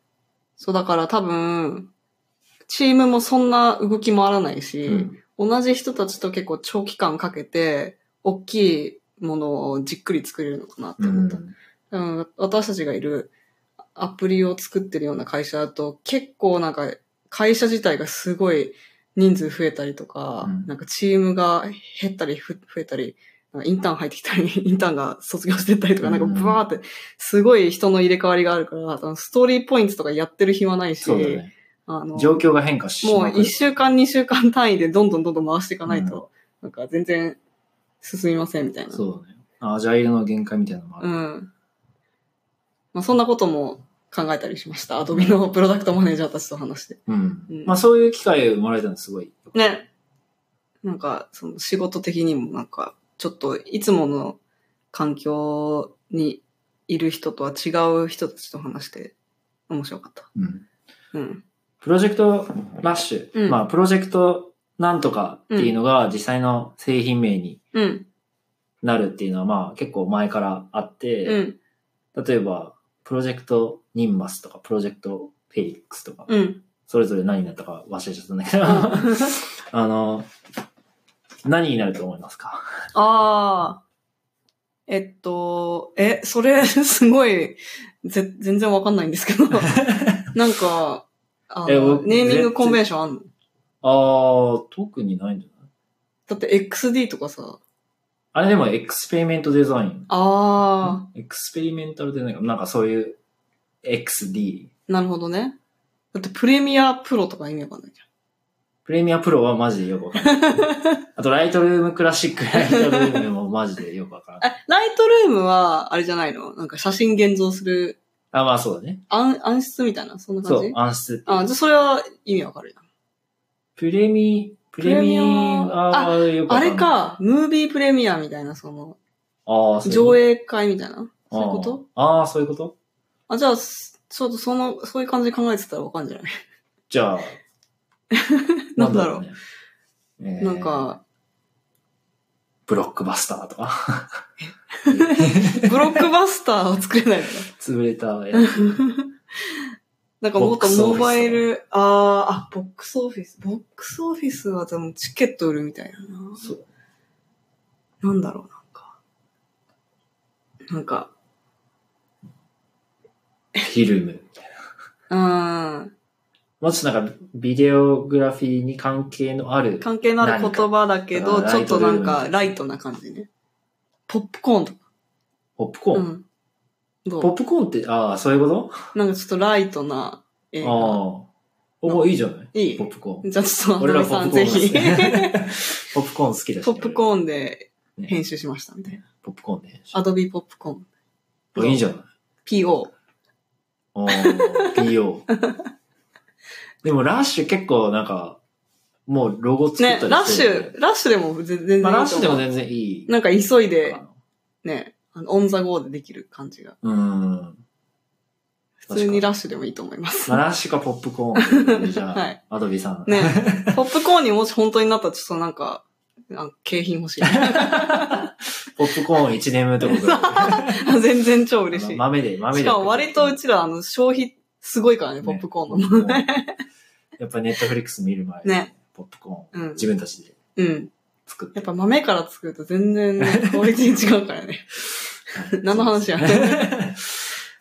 Speaker 1: そうだから多分、チームもそんな動き回らないし、
Speaker 2: うん
Speaker 1: 同じ人たちと結構長期間かけて、大きいものをじっくり作れるのかなって思った。うん、私たちがいるアプリを作ってるような会社だと結構なんか会社自体がすごい人数増えたりとか、
Speaker 2: うん
Speaker 1: なんかチームが減ったりふ増えたり、なんかインターン入ってきたり、 インターンが卒業してったりとか、なんか
Speaker 2: うん
Speaker 1: ブワーってすごい人の入れ替わりがあるから、あのストーリーポイントとかやってる暇ないし、
Speaker 2: そうだね。
Speaker 1: あの、
Speaker 2: 状況が変化し
Speaker 1: もう
Speaker 2: まくる
Speaker 1: 1週間2週間単位でどんどんどんどん回していかないと、なんか全然進みませんみたいな。
Speaker 2: そうだね。アジャイルの限界みたいなのも
Speaker 1: う
Speaker 2: ある。
Speaker 1: ん。まあ、そんなことも考えたりしました。アドビのプロダクトマネージャーたちと話して。
Speaker 2: うん。
Speaker 1: うん
Speaker 2: まあ、そういう機会をもらえたのすごい。
Speaker 1: ね。なんか、その仕事的にもなんか、ちょっといつもの環境にいる人とは違う人たちと話して面白かった。
Speaker 2: うん。
Speaker 1: うん。
Speaker 2: プロジェクトラッシュ、
Speaker 1: うん
Speaker 2: まあ、プロジェクトなんとかっていうのが実際の製品名に
Speaker 1: うん。
Speaker 2: なるっていうのは、まあ、結構前からあって、
Speaker 1: うん。
Speaker 2: 例えば、プロジェクトニンマスとか、プロジェクトフェリックスとか、
Speaker 1: うん。
Speaker 2: それぞれ何になったか忘れちゃったんだけど、
Speaker 1: あ
Speaker 2: あの、何になると思いますか
Speaker 1: あー。えっと、え、それ、 すごい、ぜ、全然わかんないんですけ ど。なんか、あ
Speaker 2: え
Speaker 1: の
Speaker 2: 僕
Speaker 1: ネーミングコンベンションあんの
Speaker 2: あー、特にないんじゃない
Speaker 1: だって XD とかさ、
Speaker 2: あれでもエクスペリメントデザイン。
Speaker 1: あ
Speaker 2: エクスペリメンタルデザインかなんかそういう XD。
Speaker 1: あ、なるほどね。だってプレミアプロとか意味わかんないじ
Speaker 2: プレミアプロはマジでよくわかん ない。あと、ライトルームクラシック、ライトルームもマジでよくわからな
Speaker 1: ゃ
Speaker 2: い。
Speaker 1: ん。え、ライトルームは、あれじゃないのなんか写真現像する
Speaker 2: あ、まあそうだね。
Speaker 1: 暗暗室みたいな、そんな感
Speaker 2: そう
Speaker 1: じ、
Speaker 2: 暗室。
Speaker 1: あじゃあそれは意味わかるじ
Speaker 2: プレミ、プレ
Speaker 1: レミ
Speaker 2: ミ
Speaker 1: ア
Speaker 2: アはよく
Speaker 1: ゃん。あ
Speaker 2: わかんない。
Speaker 1: れ。か、ムービープレミアみたいな、その、
Speaker 2: ああ、そういうこと
Speaker 1: 上映会みたいな。そういうこと
Speaker 2: あーあー、そういうこと
Speaker 1: あ、じゃあ、すちょっとその、そういう感じで考えてたらわかんじゃない、、
Speaker 2: じゃあ
Speaker 1: なんだろう
Speaker 2: ね。えー
Speaker 1: なん、か、
Speaker 2: ブロックバスターとか。
Speaker 1: ブロックバスターを作れないのか。
Speaker 2: 潰れたやつ。
Speaker 1: なんかもっと
Speaker 2: ボックスオフィス
Speaker 1: モバイル、あーあ、ボックスオフィス。ボックスオフィスはでもチケット売るみたいなな。
Speaker 2: そう。
Speaker 1: なんだろう、なんか。なんか、
Speaker 2: フィルム。
Speaker 1: うーん。
Speaker 2: もうちょっとなんか、ビデオグラフィーに関係のある。
Speaker 1: 関係のある言葉だけど、
Speaker 2: 何か
Speaker 1: ちょっとなん
Speaker 2: ライトルームみた
Speaker 1: か
Speaker 2: い
Speaker 1: ライトな感じね。ポップコーンとか。
Speaker 2: ポップコー
Speaker 1: う
Speaker 2: ン。
Speaker 1: ん。ど
Speaker 2: ポッ
Speaker 1: う
Speaker 2: プコーンって、ああ、そういうこと
Speaker 1: なんかちょっとライトな映
Speaker 2: ああ
Speaker 1: 画。。
Speaker 2: おいいじゃない
Speaker 1: いい
Speaker 2: ポップコーン。
Speaker 1: じゃあちょっと、
Speaker 2: 俺ら
Speaker 1: 渡辺
Speaker 2: ポ
Speaker 1: さん
Speaker 2: ップコーン
Speaker 1: ぜ
Speaker 2: 好き
Speaker 1: ひ、
Speaker 2: ポップコーン好きだ し。
Speaker 1: ポップ
Speaker 2: ー
Speaker 1: コーンで
Speaker 2: ン。
Speaker 1: 編集しましたみたいな。
Speaker 2: ポップコーンね。
Speaker 1: アドビポップコーン。
Speaker 2: あいいじゃない
Speaker 1: PO。
Speaker 2: あー PO。でも、ラッシュ結構なんか、もうロゴ作ったり
Speaker 1: ね
Speaker 2: し、てる
Speaker 1: ラッシュ、ラッシュでも全然いいと
Speaker 2: ま
Speaker 1: 思
Speaker 2: あ、
Speaker 1: う
Speaker 2: ラッシュでも全然いい。
Speaker 1: なんか急いで、ね、あの、オンザゴーでできる感じが。
Speaker 2: うん。ま
Speaker 1: 普通にラッシュでもいいと思います。
Speaker 2: あ、ラッシュかポップコーンで。じゃ あ、
Speaker 1: はい
Speaker 2: アドビさん。
Speaker 1: ね、 ポップコーンにもし本当になったらちょっとなんか、あ景品欲しい。
Speaker 2: ポップコーン1年目とかぐらい。
Speaker 1: 全然超 嬉し
Speaker 2: あの
Speaker 1: い。
Speaker 2: 豆で、豆で。
Speaker 1: しかも割とうちら、あの、消費すごいからね、ポップコーンの。
Speaker 2: もう やっぱネットフリックス見る前に、
Speaker 1: ね
Speaker 2: ポップコ
Speaker 1: う
Speaker 2: ーン、
Speaker 1: ん
Speaker 2: 自分たちで
Speaker 1: うん。
Speaker 2: 作って。
Speaker 1: やっぱ豆から作ると全然ね、クオリティ違うから ね。
Speaker 2: はい
Speaker 1: 何の話や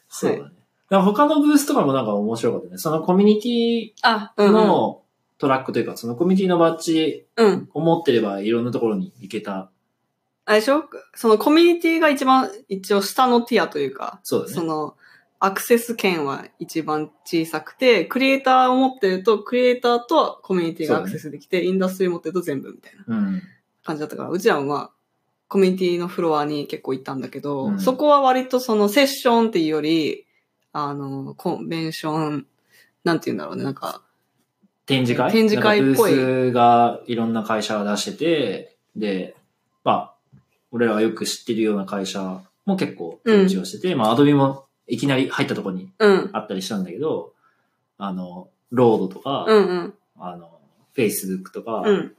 Speaker 2: そうだね。だから他のブースとかもなんか面白かったね。そのコミュニ
Speaker 1: あ、
Speaker 2: テ
Speaker 1: う
Speaker 2: ィ
Speaker 1: ん、うん。
Speaker 2: のトラックというか、そのコミュニティのバッジ
Speaker 1: うん。
Speaker 2: を持ってればいろんなところに行けた。
Speaker 1: あれでしょそのコミュニティが一番、一応下のティアというか、
Speaker 2: そうだ
Speaker 1: そ
Speaker 2: ね。
Speaker 1: の、アクセス権は一番小さくて、クリエイターを持ってると、クリエイターとコミュニティがアクセスできて、インダストリー持ってると全部みたいな
Speaker 2: うん。
Speaker 1: 感じだったから、うちらもまあ、コミュニティのフロアに結構行ったんだけど、
Speaker 2: うん
Speaker 1: そこは割とそのセッションっていうより、あの、コンベンション、なんて言うんだろうね、なんか、
Speaker 2: 展示会
Speaker 1: 展示会っぽい
Speaker 2: なんかブースがいろんな会社が出してて、で、まあ、俺らがよく知ってるような会社も結構展示をしてて、まあ、アドビもいきなり入ったところに
Speaker 1: うん、
Speaker 2: あったりしたんだけど、あの、ロードとか、
Speaker 1: うんうん、
Speaker 2: あの、Facebook とか、
Speaker 1: うん。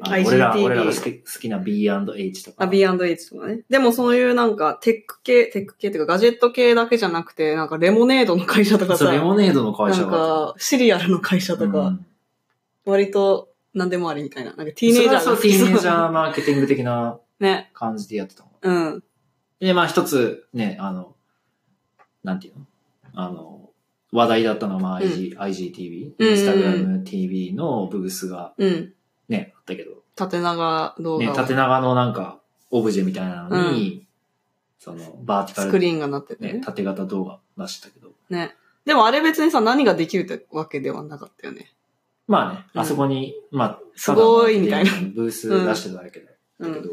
Speaker 2: あの俺ら、
Speaker 1: IGTV
Speaker 2: 俺らが好き好きな B&H とか。
Speaker 1: あ、B&H とかね。でもそういうなんか、テック系、テック系っていうか、ガジェット系だけじゃなくて、なんかレモネードの会社とか
Speaker 2: そう
Speaker 1: さ、
Speaker 2: レモネードの会
Speaker 1: な
Speaker 2: 社
Speaker 1: ん
Speaker 2: が。
Speaker 1: か、シリアルの会社とか、
Speaker 2: うん
Speaker 1: 割と何でもありみたいな。なんかティーネイジャー
Speaker 2: それはそう、ティーネイジャーマーケティング的な
Speaker 1: ね。
Speaker 2: 感じでやってたの。
Speaker 1: うん。
Speaker 2: で、まあ一つね、あの、なんていうのあの、話題だったのは、まあ、
Speaker 1: うん
Speaker 2: IG IGTV、
Speaker 1: うんうん
Speaker 2: Instagram TV のブースが
Speaker 1: うん。
Speaker 2: ね、あったけど、
Speaker 1: 縦長動
Speaker 2: ね、
Speaker 1: 画を、
Speaker 2: 縦長のなんか、オブジェみたいなのに、その、バーティカ
Speaker 1: スク
Speaker 2: ル
Speaker 1: リーンがなっててね
Speaker 2: ね、縦型動画出してたけど。
Speaker 1: ね。でもあれ別にさ、何ができるってわけではなかったよね。
Speaker 2: まあね、
Speaker 1: うん
Speaker 2: あそこに、まあ、
Speaker 1: すごいみたいな
Speaker 2: ただのブース出してただけだ
Speaker 1: う
Speaker 2: け
Speaker 1: ん。
Speaker 2: ど、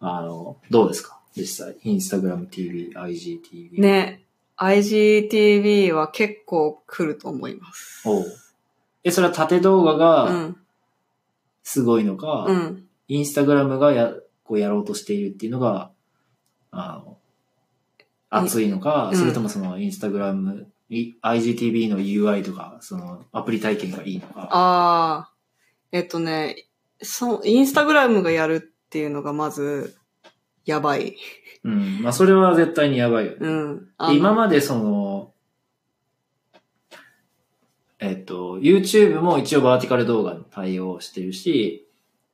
Speaker 2: あの、どうですか実際、インスタグラム TV、IGTV。。
Speaker 1: ね。IGTV は結構来ると思います。
Speaker 2: おうえ、それは縦動画
Speaker 1: う
Speaker 2: が
Speaker 1: ん。
Speaker 2: すごいのか、
Speaker 1: うん。
Speaker 2: インスタグラムがや、こうやろうとしているっていうのが、あの、熱いのか、
Speaker 1: うん
Speaker 2: それともそのインスタグラム、い IGTV の UI とか、そのアプリ体験がいいのか。
Speaker 1: ああ。えっとね、そう、インスタグラムがやるっていうのがまず、やばい。
Speaker 2: うん。まあ、それは絶対にやばいよね。
Speaker 1: うん。あの
Speaker 2: で今までその、えっと、YouTube も一応バーティカル動画に対応してるし、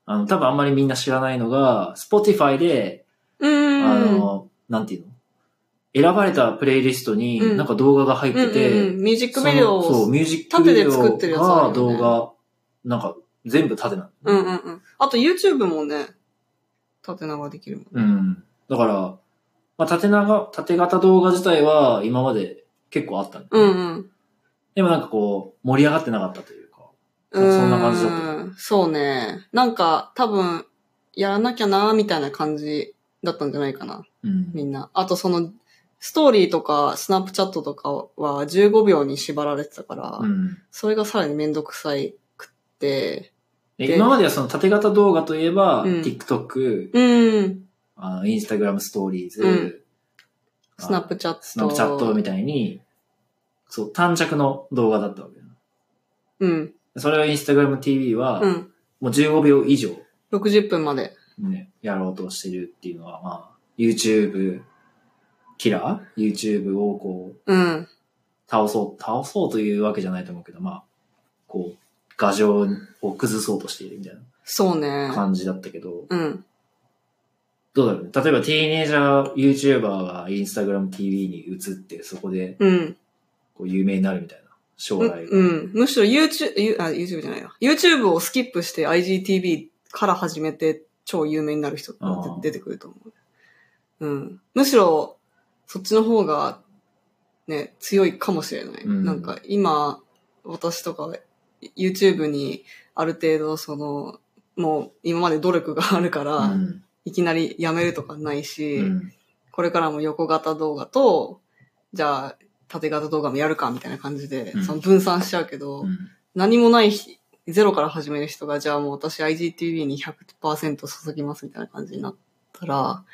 Speaker 2: あの、多分あんまりみんな知らないのが、Spotify で、
Speaker 1: う
Speaker 2: あ
Speaker 1: ん。
Speaker 2: の、なんていうの選ばれたプレイリストに
Speaker 1: うん
Speaker 2: なんか動画が入っ
Speaker 1: うん
Speaker 2: てて、
Speaker 1: うんうん、ミュージックビデオを
Speaker 2: そのそう、ミュージックビデオ
Speaker 1: 縦で作ってるやつあるよ
Speaker 2: が
Speaker 1: ね
Speaker 2: 動画、なんか全部縦なの。
Speaker 1: うんうんうん。あと YouTube もね、縦長できるもん。
Speaker 2: うん。だから、まあ、縦長、縦型動画自体は今まで結構あった、
Speaker 1: うんうん。
Speaker 2: でもなんかこう、盛り上がってなかったというか。
Speaker 1: うー
Speaker 2: そんな感じだった
Speaker 1: そうね。なんか、多分、やらなきゃなーみたいな感じだったんじゃないかな。
Speaker 2: うん
Speaker 1: みんな。あとその、ストーリーとか、スナップチャットとかは15秒に縛られてたから、
Speaker 2: うん
Speaker 1: それがさらにめんどくさいくって、
Speaker 2: で
Speaker 1: で
Speaker 2: 今まではその縦型動画といえば、
Speaker 1: うん
Speaker 2: TikTok、
Speaker 1: うん。
Speaker 2: あの、Instagram ストーリーズ、
Speaker 1: うん
Speaker 2: あ
Speaker 1: スナップチャット。
Speaker 2: スナップチャットみたいに、そう、短尺の動画だったわけだ。
Speaker 1: うん。
Speaker 2: それを Instagram TV は、
Speaker 1: うん。
Speaker 2: もう15秒以上、
Speaker 1: 60分まで。
Speaker 2: ね、やろうとしてるっていうのは、まあ、YouTube キラー ?YouTube をこう、
Speaker 1: うん。
Speaker 2: 倒そう、倒そうというわけじゃないと思うけど、まあ、こう、画像を崩そうとしているみたい
Speaker 1: そう
Speaker 2: な
Speaker 1: ね。
Speaker 2: 感じだったけど、
Speaker 1: うん。
Speaker 2: どうだろうね。例えば、ティーネイジャー YouTuber が Instagram TV に移って、そこで
Speaker 1: うん。
Speaker 2: こう有名になるみたいな、将来が。
Speaker 1: うん。むしろ YouTube、ゆあ、YouTube じゃないな。YouTube をスキップして IGTV から始めて超有名になる人って
Speaker 2: あー
Speaker 1: 出てくると思う。うん。むしろ、そっちの方が、ね、強いかもしれない。
Speaker 2: うん
Speaker 1: なんか、今、私とか、YouTube にある程度、その、もう今まで努力があるから、
Speaker 2: うん
Speaker 1: いきなりやめるとかないし、
Speaker 2: うん
Speaker 1: これからも横型動画と、じゃあ、縦型動画もやるか、みたいな感じで、
Speaker 2: うん
Speaker 1: その分散しちゃうけど、
Speaker 2: うん
Speaker 1: 何もない日、ゼロから始める人が、じゃあもう私 IGTV に100%注ぎますみたいな感じになったら、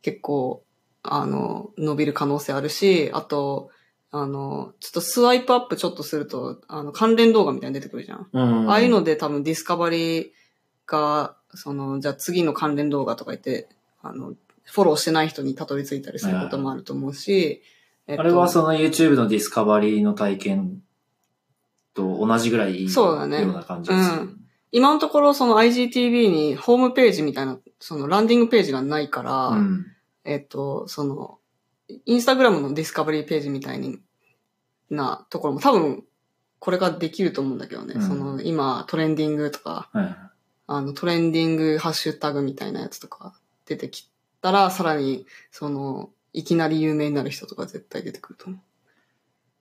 Speaker 1: 結構、あの、伸びる可能性あるし、あと、あの、ちょっとスワイプアップちょっとすると、あの、関連動画みたいに出てくるじゃん。
Speaker 2: うん
Speaker 1: ああいうので多分ディスカバリーが、その、じゃあ次の関連動画とか言って、あの、フォローしてない人にたどり着いたりすることもあると思うし、えっと
Speaker 2: あれはその YouTube のディスカバリーの体験と同じぐらいいい
Speaker 1: そうだね
Speaker 2: ような感じです
Speaker 1: う今のところその IGTV にホームページみたいな、そのランディングページがないから、
Speaker 2: うん
Speaker 1: えっと、その、インスタグラムのディスカバリーページみたいになところも多分これができると思うんだけどね。
Speaker 2: うん
Speaker 1: その今トレンディングとか、
Speaker 2: はい
Speaker 1: あのトレンディングハッシュタグみたいなやつとか出てきたら、さらにその、いきなり有名になる人とか絶対出てくると思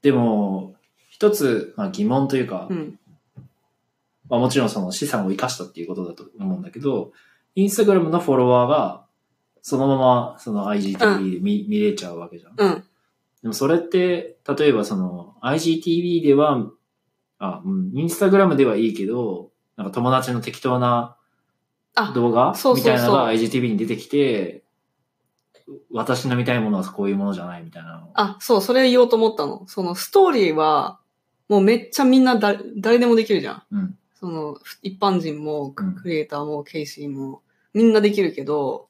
Speaker 2: でも、一つ、まあ、疑問というか、
Speaker 1: う。うん。
Speaker 2: まあ、もちろんその資産を生かしたっていうことだと思うんだけど、インスタグラムのフォロワーが、そのままその IGTV で見,、見れちゃうわけじゃん。
Speaker 1: うん。
Speaker 2: でもそれって、例えばその IGTV では、あ、うん、インスタグラムではいいけど、なんか友達の適当な
Speaker 1: あ
Speaker 2: 動画
Speaker 1: そうそうそう
Speaker 2: みたいなのが IGTV に出てきて、私の見たいものはこういうものじゃないみたいなの。
Speaker 1: あ、そう、それ言おうと思ったの。そのストーリーは、もうめっちゃみんなだ誰でもできるじゃん。
Speaker 2: うん。
Speaker 1: その、ふ一般人も、
Speaker 2: うん
Speaker 1: クリエイターも、ケイシーも、みんなできるけど、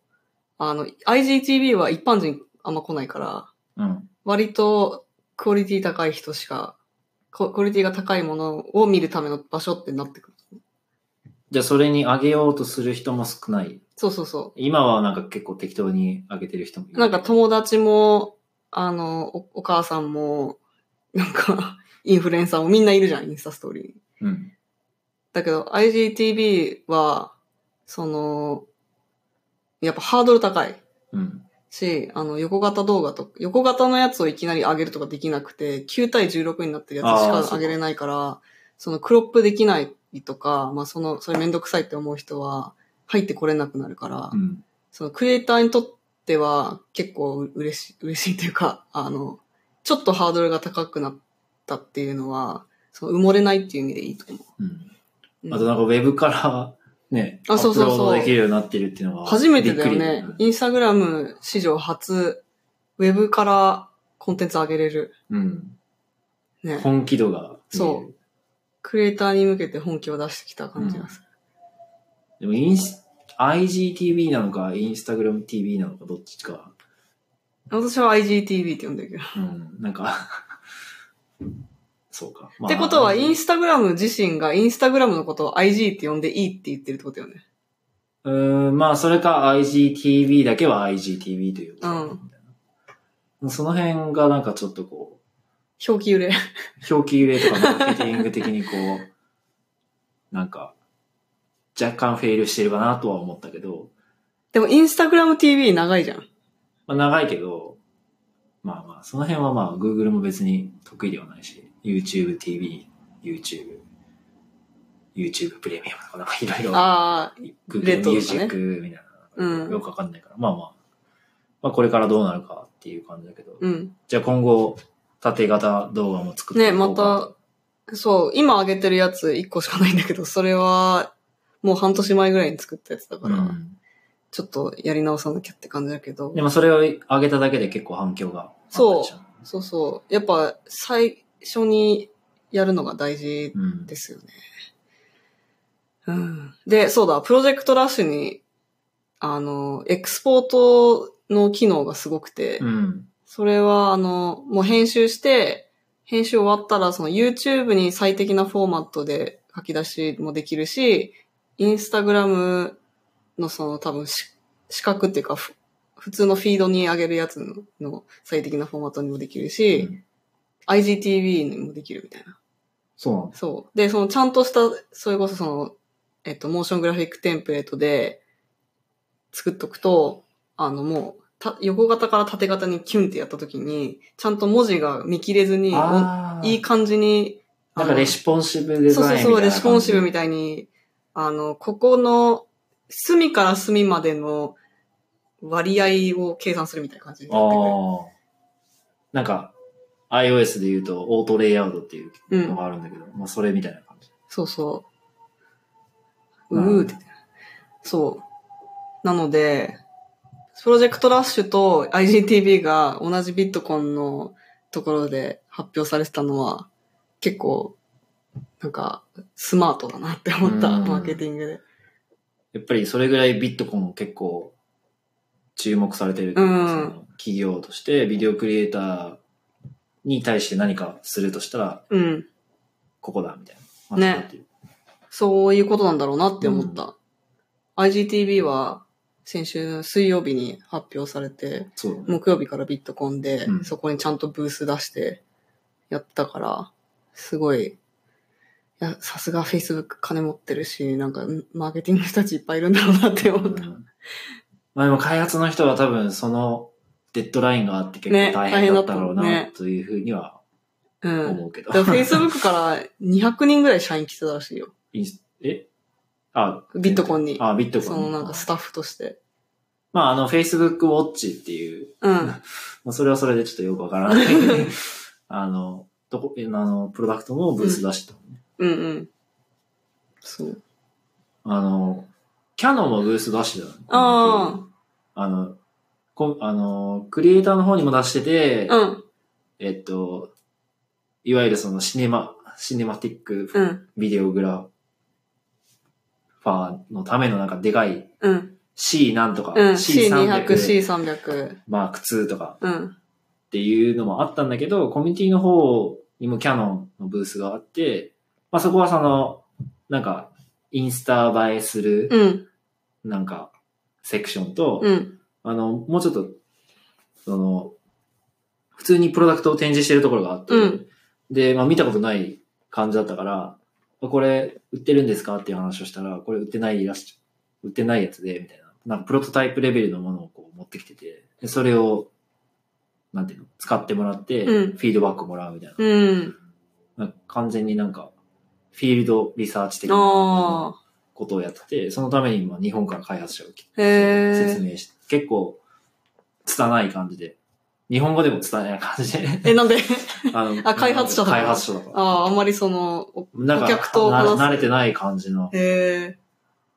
Speaker 1: あの、IGTV は一般人あんま来ないから、
Speaker 2: うん。
Speaker 1: 割とクオリティ高い人しか、こクオリティが高いものを見るための場所ってなってくる。
Speaker 2: じゃあそれに上げようとする人も少ない。
Speaker 1: そうそうそ。
Speaker 2: 今はなんか結構適当に上げてる人もいうる。
Speaker 1: なんか友達も、あの、おお母さんも、なんか、インフルエンサーもみんないるじゃん、インスタストーリーに。
Speaker 2: うん。
Speaker 1: だけど IGTV は、その、やっぱハードル高い
Speaker 2: うん。
Speaker 1: し、あの、横型動画とか、横型のやつをいきなり上げるとかできなくて、9対16になってるやつし
Speaker 2: あーそう
Speaker 1: か
Speaker 2: か
Speaker 1: 上げれないから、そのクロップできないとか、まあその、それめんどくさいって思う人は入ってこれなくなるから、
Speaker 2: うん。
Speaker 1: そのクリエイターにとっては結構う嬉しい、嬉しいというか、あの、ちょっとハードルが高くなったっていうのは、その埋もれないっていう意味でいいと思
Speaker 2: うん。
Speaker 1: う。うん
Speaker 2: あとなんかウェブからね、
Speaker 1: あそうそうそう
Speaker 2: アップロードできるようになってるっていうのは。
Speaker 1: 初めてだよね
Speaker 2: びっく。り
Speaker 1: インスタグラム史上初、ウェブからコンテンツ上げれる。
Speaker 2: うん。
Speaker 1: ね。
Speaker 2: 本気度が。。
Speaker 1: そうクリエイターに向けて本気を出してきた感じがする。
Speaker 2: でもインス、IGTV なのか、インスタグラム TV なのか、どっちか。
Speaker 1: 私は IGTV って呼んでるけど。
Speaker 2: うん。なんか、そうか。まあ
Speaker 1: ってことは、イン
Speaker 2: ス、
Speaker 1: スタグラム自身がインスタグラムのことを IG って呼んでいいって言ってるってことよね。
Speaker 2: うん、まあ、それか IGTV だけは IGTV というか。
Speaker 1: うん
Speaker 2: みたいなその辺がなんかちょっとこう、
Speaker 1: 表記揺れ。
Speaker 2: 表記揺れとかマーケティング的にこ う、なんか、若干フェイルしてるかなとは思ったけど、
Speaker 1: でもインスタグラム TV 長いじゃん。
Speaker 2: まあ、長いけど、まあまあ、その辺はまあ、Google も別に得意ではないし、YouTube TV、YouTube、YouTube プレミアムとか、なんかいろいろ、
Speaker 1: ああ、レ
Speaker 2: Google
Speaker 1: ッ
Speaker 2: ミ
Speaker 1: ド
Speaker 2: ュー
Speaker 1: と
Speaker 2: ジ
Speaker 1: かね
Speaker 2: ックみたいな、
Speaker 1: うん
Speaker 2: よくわかんないから、まあまあ、まあこれからどうなるかっていう感じだけど、
Speaker 1: うん。
Speaker 2: じゃあ今後、縦型動画も作って
Speaker 1: ね、
Speaker 2: いこうか
Speaker 1: また、そう、今上げてるやつ1個しかないんだけど、それは、もう半年前ぐらいに作ったやつだから、
Speaker 2: うん
Speaker 1: ちょっとやり直さなきゃって感じだけど
Speaker 2: で、もそれを上げただけで結構反響があった
Speaker 1: そう
Speaker 2: りした
Speaker 1: そうそう。やっぱ最初にやるのが大事
Speaker 2: うん
Speaker 1: で。すよね。うん。で、そうだ、プロジェクトラッシュに、あの、エクスポートの機能がすごくて、
Speaker 2: うん。
Speaker 1: それは、あの、もう編集して、編集終わったら、その YouTube に最適なフォーマットで書き出しもできるし、Instagram のその多分し、四角っていうか、ふ普通のフィードに上げるやつのの最適なフォーマットにもできるし、
Speaker 2: うん
Speaker 1: IGTV にもできるみたいな。
Speaker 2: そうなんだ。
Speaker 1: そう。で、そのちゃんとした、それこそその、えっと、モーショングラフィックテンプレートで作っとくと、あの、もう、た横型から縦型にキュンってやった時に、ちゃんと文字が見切れずに、お
Speaker 2: ああ、
Speaker 1: いい感じに、
Speaker 2: なんかレシポンシブデ
Speaker 1: そう
Speaker 2: ザ
Speaker 1: そうそう、
Speaker 2: インみたいな感じ。
Speaker 1: レスポンシブみ
Speaker 2: たい
Speaker 1: たいに、あの、ここの隅から隅までの割合を計算するみたいな感じに
Speaker 2: あ
Speaker 1: なってくる。
Speaker 2: あ。なんか、iOS で言うと、オートレイアウトっていうのがあるんだけど、まあそれみたいな感じ。
Speaker 1: そうそう。
Speaker 2: なるほ
Speaker 1: う
Speaker 2: ど
Speaker 1: ーって。そう。なので、プロジェクトラッシュと IGTV が同じビットコンのところで発表されてたのは、結構、なんか、スマートだなって思った、
Speaker 2: うん
Speaker 1: マーケティングで。
Speaker 2: やっぱりそれぐらいビットコンを結構注目されてる、
Speaker 1: うん
Speaker 2: その企業として、ビデオクリエイターに対して何かするとしたら、
Speaker 1: うん。
Speaker 2: ここだ、みたいな。
Speaker 1: ね
Speaker 2: まあ。
Speaker 1: そういうことなんだろうなって思った。IGTV は、先週水曜日に発表されて、
Speaker 2: そうだね。
Speaker 1: 木曜日からビットコンで、
Speaker 2: うん
Speaker 1: そこにちゃんとブース出してやったから、すごい、いや、さすが Facebook 金持ってるし、なんか、んマーケティングの人たちいっぱいいるんだろうなって思った。
Speaker 2: うんまあでも開発の人は多分そのデッドラインがあって結
Speaker 1: ね
Speaker 2: 構大変だったろ
Speaker 1: 大変
Speaker 2: う
Speaker 1: だった
Speaker 2: な
Speaker 1: ね
Speaker 2: というふうには
Speaker 1: うん。
Speaker 2: 思うけど。
Speaker 1: だから Facebook から200人ぐらい社員来てたら しいよ。
Speaker 2: インスえあ、
Speaker 1: ビットコンに
Speaker 2: あ、ビットコン
Speaker 1: そ
Speaker 2: に
Speaker 1: のなんかスタッフとして。
Speaker 2: まああの Facebook Watch っていう、
Speaker 1: うん。
Speaker 2: まあそれはそれでちょっとよくわからないけ ど、あの、どこ、あの、プロダクトのブース出してたもんね、
Speaker 1: うんうん。そう。
Speaker 2: あの、キャノンもブース出してたの
Speaker 1: あ
Speaker 2: あの、こあの、クリエイターの方にも出してて、
Speaker 1: あ。うん。
Speaker 2: えっと、いわゆるそのシネマ、シネマティック
Speaker 1: うん。
Speaker 2: ビデオグラファーのためのなんかでかい
Speaker 1: うん。
Speaker 2: C なんとか、
Speaker 1: うん。C200、
Speaker 2: C300、
Speaker 1: C300。
Speaker 2: マーク2とか
Speaker 1: うん。
Speaker 2: っていうのもあったんだけど、コミュニティの方にもキャノンのブースがあって、まあそこはその、なんか、インスタ映えする、
Speaker 1: うん。
Speaker 2: なんか、セクションと、
Speaker 1: うん。
Speaker 2: あの、もうちょっと、その、普通にプロダクトを展示してるところがあって、
Speaker 1: うん
Speaker 2: で、まあ見たことない感じだったから、これ売ってるんですかっていう話をしたら、これ売ってないらし、売ってないやつで、みたいな。なんかプロトタイプレベルのものをこう持ってきてて、でそれを、なんていうの、使ってもらって、フ
Speaker 1: うん
Speaker 2: ィードバックをもらうみたいな。
Speaker 1: うん。
Speaker 2: なんか完全になんか、フィールドリサーチ的な
Speaker 1: ああ。
Speaker 2: ことをやってて、そのためにまあ日本から開発者を来て
Speaker 1: へえ。
Speaker 2: 説明して、結構、拙い感じで。日本語でも拙い感じ で。
Speaker 1: え、なんで
Speaker 2: あの
Speaker 1: あ開発者だから
Speaker 2: 開発者だから。
Speaker 1: ああ、あんまりその、お
Speaker 2: なんか、
Speaker 1: お客と話す
Speaker 2: な慣れてない感じの。
Speaker 1: へえ。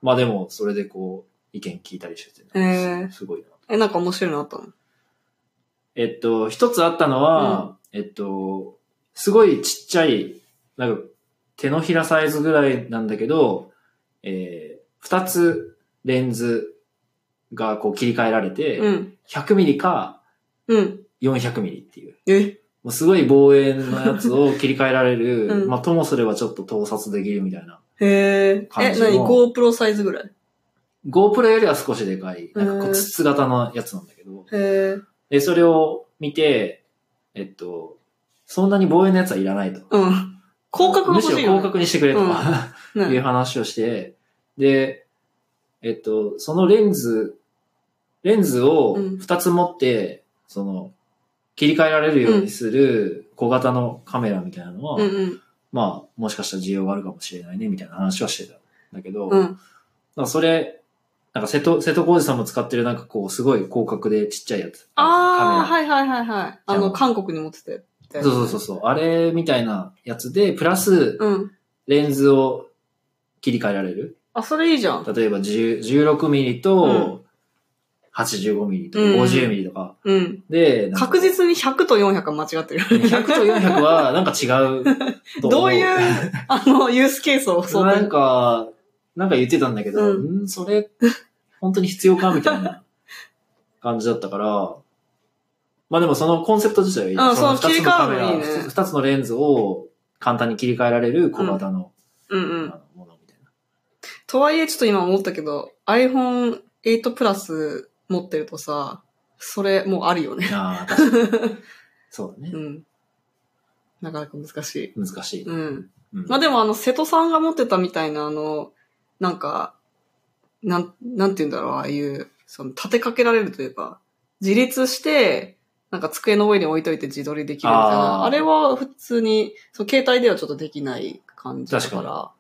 Speaker 2: まあでも、それでこう、意見聞いたりしてて、
Speaker 1: へー
Speaker 2: すすごいな。
Speaker 1: え、なんか面白いのあったの
Speaker 2: えっと、一つあったのは、えっと、すごいちっちゃい、なんか、手のひらサイズぐらいなんだけど、えー、二つレンズがこう切り替えられて、
Speaker 1: うん。
Speaker 2: 100ミリか
Speaker 1: うん。
Speaker 2: 400ミリっていう。
Speaker 1: え、
Speaker 2: もうすごい望遠のやつを切り替えられ る、
Speaker 1: うん
Speaker 2: まあともすればちょっと盗撮できるみたいな。
Speaker 1: へえ。え、
Speaker 2: 感じの
Speaker 1: 何 ?GoPro サイズぐらい
Speaker 2: GoPro よりは少しでかい、なんかこ
Speaker 1: へー
Speaker 2: う筒型のやつなんだけど、
Speaker 1: へえ。
Speaker 2: で、それを見て、えっと、そんなに望遠のやつはいらないと。
Speaker 1: うん。広角が
Speaker 2: む
Speaker 1: 欲
Speaker 2: しろ
Speaker 1: しい
Speaker 2: 広
Speaker 1: よ、ね。
Speaker 2: 角にしてくれとか、
Speaker 1: 角
Speaker 2: いう話をして、で、えっと、そのレンズレンズを
Speaker 1: うん
Speaker 2: 2つ持って、その、切り替えられるようにする小型のカメラみたいなのは、
Speaker 1: うんうん。
Speaker 2: まあ、もしかしたら需要があるかもしれないね、みたいな話はしてたんだけど、
Speaker 1: う
Speaker 2: なん
Speaker 1: ん。
Speaker 2: かそれ、なんか瀬戸、瀬戸康史さんも使ってるなんかこう、すごい広角でちっちゃいやつ。
Speaker 1: ああ、
Speaker 2: い。
Speaker 1: はいはいはいはい。あの、韓国に持ってたやつ
Speaker 2: そうそうそうそう。あれみたいなやつで、プラス、
Speaker 1: うん。
Speaker 2: レンズを切り替えられる。
Speaker 1: あ、それいいじゃん。
Speaker 2: 例えば10 16ミリ
Speaker 1: うん
Speaker 2: と、85ミリとか
Speaker 1: うん
Speaker 2: 50ミリとか。
Speaker 1: うん。
Speaker 2: で、なんか
Speaker 1: 確実に100と400は間違ってる。
Speaker 2: 100と400はなんか違うと 思。
Speaker 1: どういう、あの、ユースケースを想
Speaker 2: なん
Speaker 1: 定。
Speaker 2: か、なんか言ってたんだけど、
Speaker 1: う
Speaker 2: うん、それ、本当に必要かみた いな感じだったから、まあでもそのコンセプト自体はいい。
Speaker 1: うん
Speaker 2: の
Speaker 1: そう
Speaker 2: 二つのカメラ
Speaker 1: 切り替えるのいいね
Speaker 2: 二つのレンズを簡単に切り替えられる小型の,、
Speaker 1: うんう
Speaker 2: あ
Speaker 1: ん。
Speaker 2: のものみたいな。
Speaker 1: とはいえ、ちょっと今思ったけど、iPhone 8 Plus 持ってるとさ、それもうあるよね。
Speaker 2: ああ、確かに。 そうだね
Speaker 1: う。ん。なかなか難しい。
Speaker 2: 難しい。
Speaker 1: うん。
Speaker 2: うん
Speaker 1: まあでもあの、瀬戸さんが持ってたみたいな、あの、なんか、なん、なんて言うんだろう、ああいう、その、立てかけられるというか、自立して、なんか机の上に置いといて自撮りできるみたいな、
Speaker 2: あ
Speaker 1: あ
Speaker 2: ー
Speaker 1: れは普通に、その携帯ではちょっとできない感じだから、
Speaker 2: 確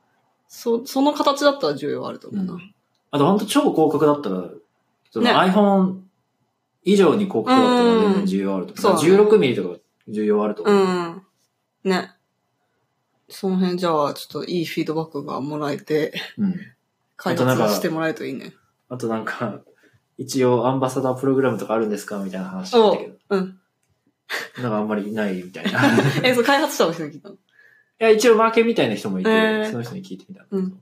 Speaker 1: そ、その形だったら重要あると思うな。
Speaker 2: うんあと本当超広角だったら、その
Speaker 1: ね
Speaker 2: iPhone 以上に広角だったら全然重要あると思う。
Speaker 1: うん
Speaker 2: 16ミリとか重要あると思う。
Speaker 1: うん。ね。その辺じゃあ、ちょっといいフィードバックがもらえて、
Speaker 2: うん
Speaker 1: 開
Speaker 2: あと
Speaker 1: 発
Speaker 2: なんか
Speaker 1: してもらえるといいね。
Speaker 2: あとなんか、 一応アンバサダープログラムとかあるんですかみたいな話だったけど。
Speaker 1: うん。
Speaker 2: なんかあんまりいないみた いな。い
Speaker 1: え、そう、開発者の人に聞いたの。
Speaker 2: や、一応マーケみたいな人もいて、
Speaker 1: えー
Speaker 2: その人に聞いてみたんだ
Speaker 1: う
Speaker 2: け
Speaker 1: ん
Speaker 2: ど、